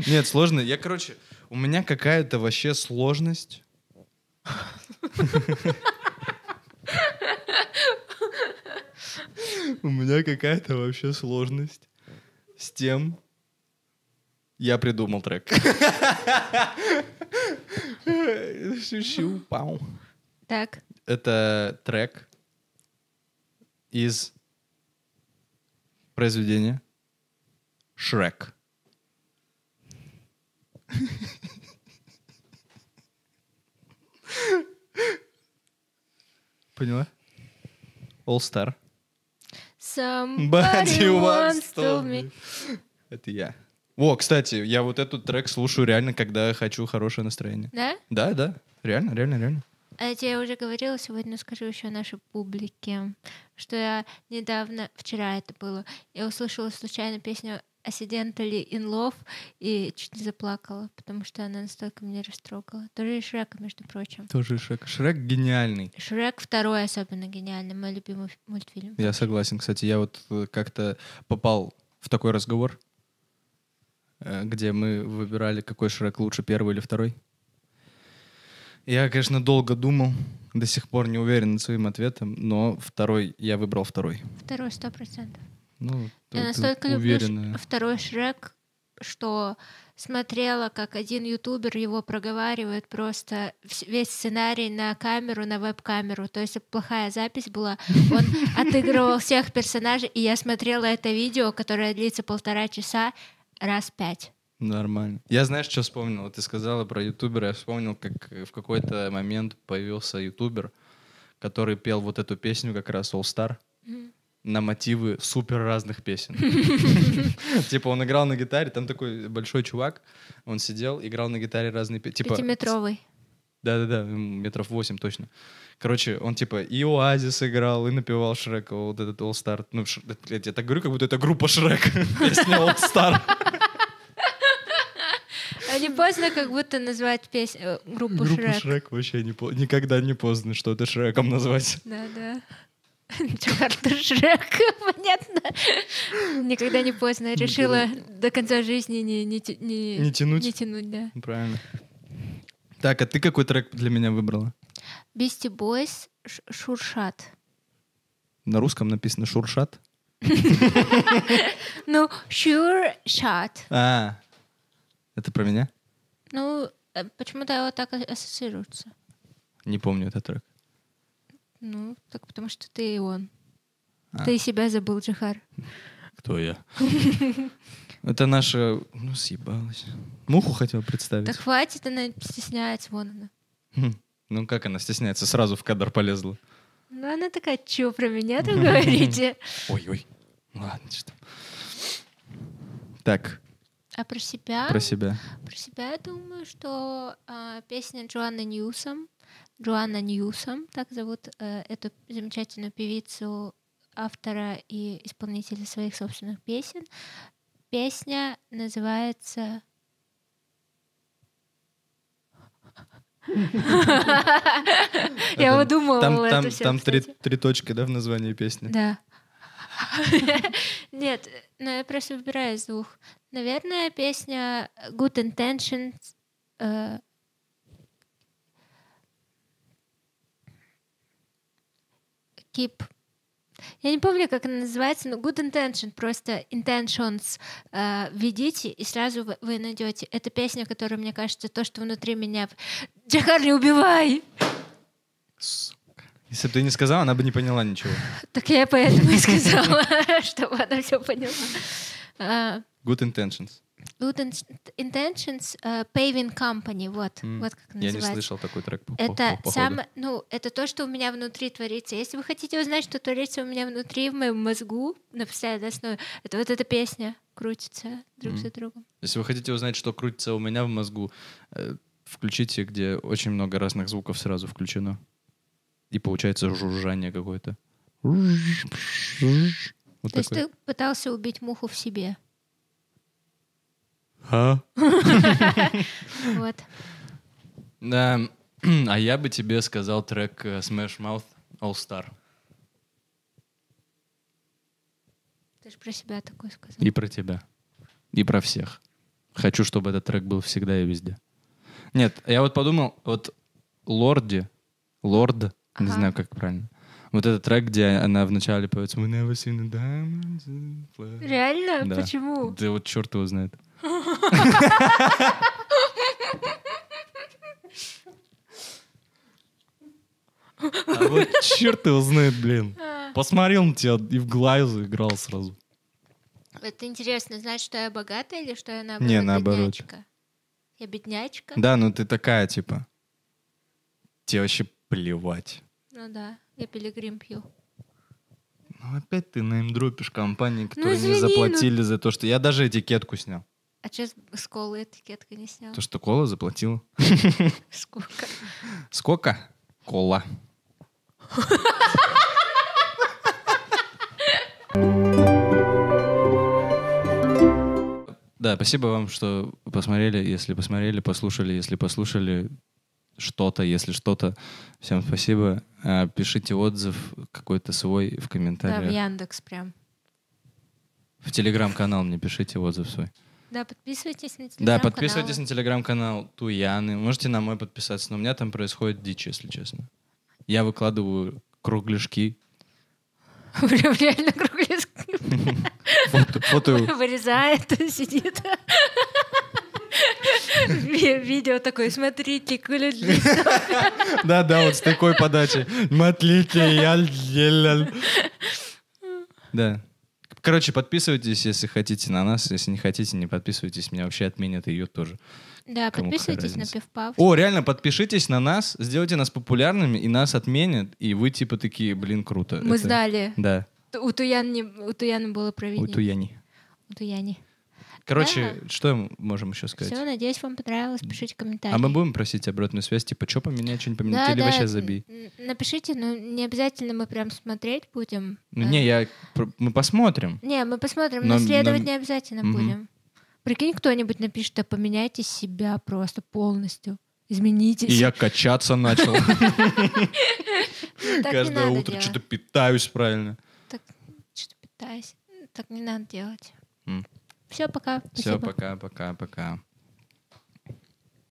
Speaker 1: Нет, сложно. Я, короче, у меня какая-то вообще сложность. У меня какая-то вообще сложность с тем, я придумал трек. Щу-щу, пау.
Speaker 2: Так.
Speaker 1: Это трек из произведения Шрек. Поняла? All Star.
Speaker 2: Somebody wants to me.
Speaker 1: Это я. О, кстати, я вот этот трек слушаю реально, когда хочу хорошее настроение.
Speaker 2: Да?
Speaker 1: Да, да, реально, реально, реально.
Speaker 2: А Это я уже говорила сегодня, скажу еще нашей публике, что я недавно, вчера это было, я услышала случайно песню Accidentally in Love и чуть не заплакала, потому что она настолько меня растрогала. Тоже и Шрека, между прочим.
Speaker 1: Тоже Шрек. Шрек гениальный.
Speaker 2: Шрек второй особенно гениальный, мой любимый ф- мультфильм.
Speaker 1: Я согласен, кстати, я вот э, как-то попал в такой разговор, э, где мы выбирали, какой Шрек лучше, первый или второй. Я, конечно, долго думал, до сих пор не уверен над своим ответом, но второй, я выбрал второй.
Speaker 2: Второй сто процентов.
Speaker 1: Ну,
Speaker 2: Я
Speaker 1: тут
Speaker 2: настолько люблю Ш-
Speaker 1: уверенно.
Speaker 2: Э, второй Шрек, что смотрела, как один ютубер его проговаривает просто вс- весь сценарий на камеру, на веб-камеру. То есть плохая запись была. Он отыгрывал всех персонажей, и я смотрела это видео, которое длится полтора часа, раз пять.
Speaker 1: Нормально. Я знаешь, что вспомнил? Вот ты сказала про ютубера. Я вспомнил, как э, в какой-то момент появился ютубер, который пел вот эту песню как раз All Star на мотивы супер разных песен. Типа он играл на гитаре, там такой большой чувак, он сидел, играл на гитаре разные песни. Типа,
Speaker 2: Пятиметровый.
Speaker 1: да-да-да, м, метров восемь точно. Короче, он типа и Оазис играл, и напевал Шрека, вот этот All Star. Ну, Ш- да, блядь, я так говорю, как будто это группа Шрек. Песня All Star.
Speaker 2: А не поздно как будто назвать песню э, группу
Speaker 1: Группу
Speaker 2: Шрек.
Speaker 1: Шрек вообще не по- никогда не поздно что-то Шреком назвать.
Speaker 2: Да, да. Джакарта Шрек, понятно. Никогда не поздно. Решила до конца жизни не, не, тя- не,
Speaker 1: Не тянуть?
Speaker 2: Не тянуть, да.
Speaker 1: Правильно. Так, а ты какой трек для меня выбрала?
Speaker 2: Бисти Бойс Шуршат.
Speaker 1: На русском написано «Шуршат».
Speaker 2: Ну, Шуршат.
Speaker 1: А, это про меня?
Speaker 2: Ну, э, почему-то его так а- ассоциируется.
Speaker 1: Не помню этот трек.
Speaker 2: Ну, так потому что ты и он.
Speaker 1: А.
Speaker 2: Ты себя забыл, Джихар.
Speaker 1: Кто я? Это наша... Ну, съебалась. Муху хотел представить.
Speaker 2: Да хватит, она стесняется, вон она.
Speaker 1: Хм. Ну, как она стесняется? Сразу в кадр полезла.
Speaker 2: Ну, она такая, чё про меня там говорите?
Speaker 1: Ой-ой. Ладно, что. Так,
Speaker 2: А про себя?
Speaker 1: про себя.
Speaker 2: Про себя я думаю, что а, песня Джоанны Ньюсом, Джоанна Ньюсом, так зовут э, эту замечательную певицу, автора и исполнителя своих собственных песен. Песня называется... Я
Speaker 1: Это-
Speaker 2: выдумывала
Speaker 1: Там,
Speaker 2: это
Speaker 1: там,
Speaker 2: всё,
Speaker 1: там три,
Speaker 2: кстати.
Speaker 1: три точки, да, в названии песни?
Speaker 2: Да. Нет, но я просто выбираю из двух. Наверное, песня Good Intentions. э, Keep. Я не помню, как она называется, но Good Intention, просто Intentions э, введите, и сразу вы, вы найдете. Это песня, которая, мне кажется, то, что внутри меня. Джахар, не убивай!
Speaker 1: Если бы ты не сказал, она бы не поняла ничего.
Speaker 2: Так я поэтому и сказала, чтобы она все поняла. А,
Speaker 1: Good intentions.
Speaker 2: Good In- Intentions э, Paving Company, вот,
Speaker 1: М,
Speaker 2: вот как
Speaker 1: Я не
Speaker 2: называется.
Speaker 1: слышал такой трек. по- по-
Speaker 2: Это
Speaker 1: по- походу.
Speaker 2: самое, ну, это то, что у меня внутри творится. Если вы хотите узнать, что творится у меня внутри, в моем мозгу, на постоянной основе, это вот эта песня крутится друг
Speaker 1: Мгм.
Speaker 2: за другом.
Speaker 1: Если вы хотите узнать, что крутится у меня в мозгу, э, включите, где очень много разных звуков сразу включено. И получается жужжание какое-то. Вот
Speaker 2: то есть
Speaker 1: такое.
Speaker 2: ты пытался убить муху в себе.
Speaker 8: А?
Speaker 2: Вот.
Speaker 1: Да, а я бы тебе сказал трек э, Smash Mouth All Star.
Speaker 2: Ты же про себя такое сказал.
Speaker 1: И про тебя. И про всех. Хочу, чтобы этот трек был всегда и везде. Нет, я вот подумал, вот Лорди, Лорд, не
Speaker 2: Ага.
Speaker 1: знаю, как правильно. Вот этот трек, где она вначале поется «We never seen a diamond in the flood».
Speaker 2: Реально?
Speaker 1: Да.
Speaker 2: Почему?
Speaker 1: Да вот черт его знает. А вот черт его знает, блин. Посмотрел на тебя и в глазу играл сразу.
Speaker 2: Это интересно, знать, что я богатая или что я наоборот
Speaker 8: Не, наоборот.
Speaker 2: беднячка? Я беднячка?
Speaker 8: Да, ну ты такая, типа.
Speaker 1: Тебе вообще плевать.
Speaker 2: Ну да, я пилигрим пью.
Speaker 8: Ну опять ты неймдропишь компании, которые
Speaker 2: извини,
Speaker 8: не
Speaker 2: ну-
Speaker 8: заплатили за то, что... Я даже этикетку снял.
Speaker 2: А че с- с колы этикетка не сняла?
Speaker 8: То, что кола заплатила.
Speaker 2: Сколько?
Speaker 1: Сколько? Кола. Да, спасибо вам, что посмотрели, если посмотрели, послушали, если послушали что-то, если что-то. Всем спасибо. А, Пишите отзыв какой-то свой в
Speaker 2: Да, в
Speaker 1: комментариях.
Speaker 2: Яндекс прям.
Speaker 1: В телеграм-канал мне пишите отзыв свой.
Speaker 2: Да, подписывайтесь на
Speaker 1: Да,
Speaker 2: телеграм-канал.
Speaker 1: подписывайтесь на телеграм-канал Туяны. Можете на мой подписаться, но у меня там происходит дичь, если честно. Я выкладываю кругляшки,
Speaker 2: Прям реально круглый
Speaker 8: Фото, фото-
Speaker 2: вырезает, сидит. Ви- Видео такое, смотрите, куля
Speaker 8: Да, да, вот с такой подачи. Матлики, яль, еляль.
Speaker 1: Да. Короче, подписывайтесь, если хотите на нас. Если не хотите, не подписывайтесь. Меня вообще отменят и ее тоже.
Speaker 2: Да,
Speaker 1: Кому какая
Speaker 2: подписывайтесь на
Speaker 1: разница?
Speaker 2: Пивпав.
Speaker 1: О, реально, подпишитесь на нас, сделайте нас популярными, и нас отменят, и вы типа такие, блин, круто.
Speaker 2: Мы
Speaker 1: Это-
Speaker 2: сдали.
Speaker 1: Да,
Speaker 2: Т- У Туяны, у Туяны было
Speaker 1: у
Speaker 2: проведение.
Speaker 1: Туяни.
Speaker 2: У Туяни.
Speaker 1: Короче, что мы можем еще сказать?
Speaker 2: Все, надеюсь, вам понравилось. Пишите комментарии.
Speaker 1: А мы будем просить обратную связь, типа, что поменять, что не поменять,
Speaker 2: Да,
Speaker 1: или
Speaker 2: да,
Speaker 1: вообще забей.
Speaker 2: н- н- Напишите, но не обязательно мы прям смотреть будем.
Speaker 1: Ну,
Speaker 2: А,
Speaker 1: не, я... пр- Мы посмотрим.
Speaker 2: не, мы посмотрим,
Speaker 1: но-
Speaker 2: но, следовать
Speaker 1: но-
Speaker 2: не обязательно
Speaker 1: Мгм.
Speaker 2: будем. Прикинь, кто-нибудь напишет, а поменяйте себя просто полностью. Изменитесь.
Speaker 1: И я качаться начал.
Speaker 2: Так не
Speaker 1: Каждое
Speaker 2: надо
Speaker 1: утро
Speaker 2: делать.
Speaker 1: что-то питаюсь правильно.
Speaker 2: Так, что-то питаюсь. Так не надо делать.
Speaker 1: М.
Speaker 2: Все, пока.
Speaker 1: Все,
Speaker 2: Спасибо.
Speaker 1: пока, пока, пока.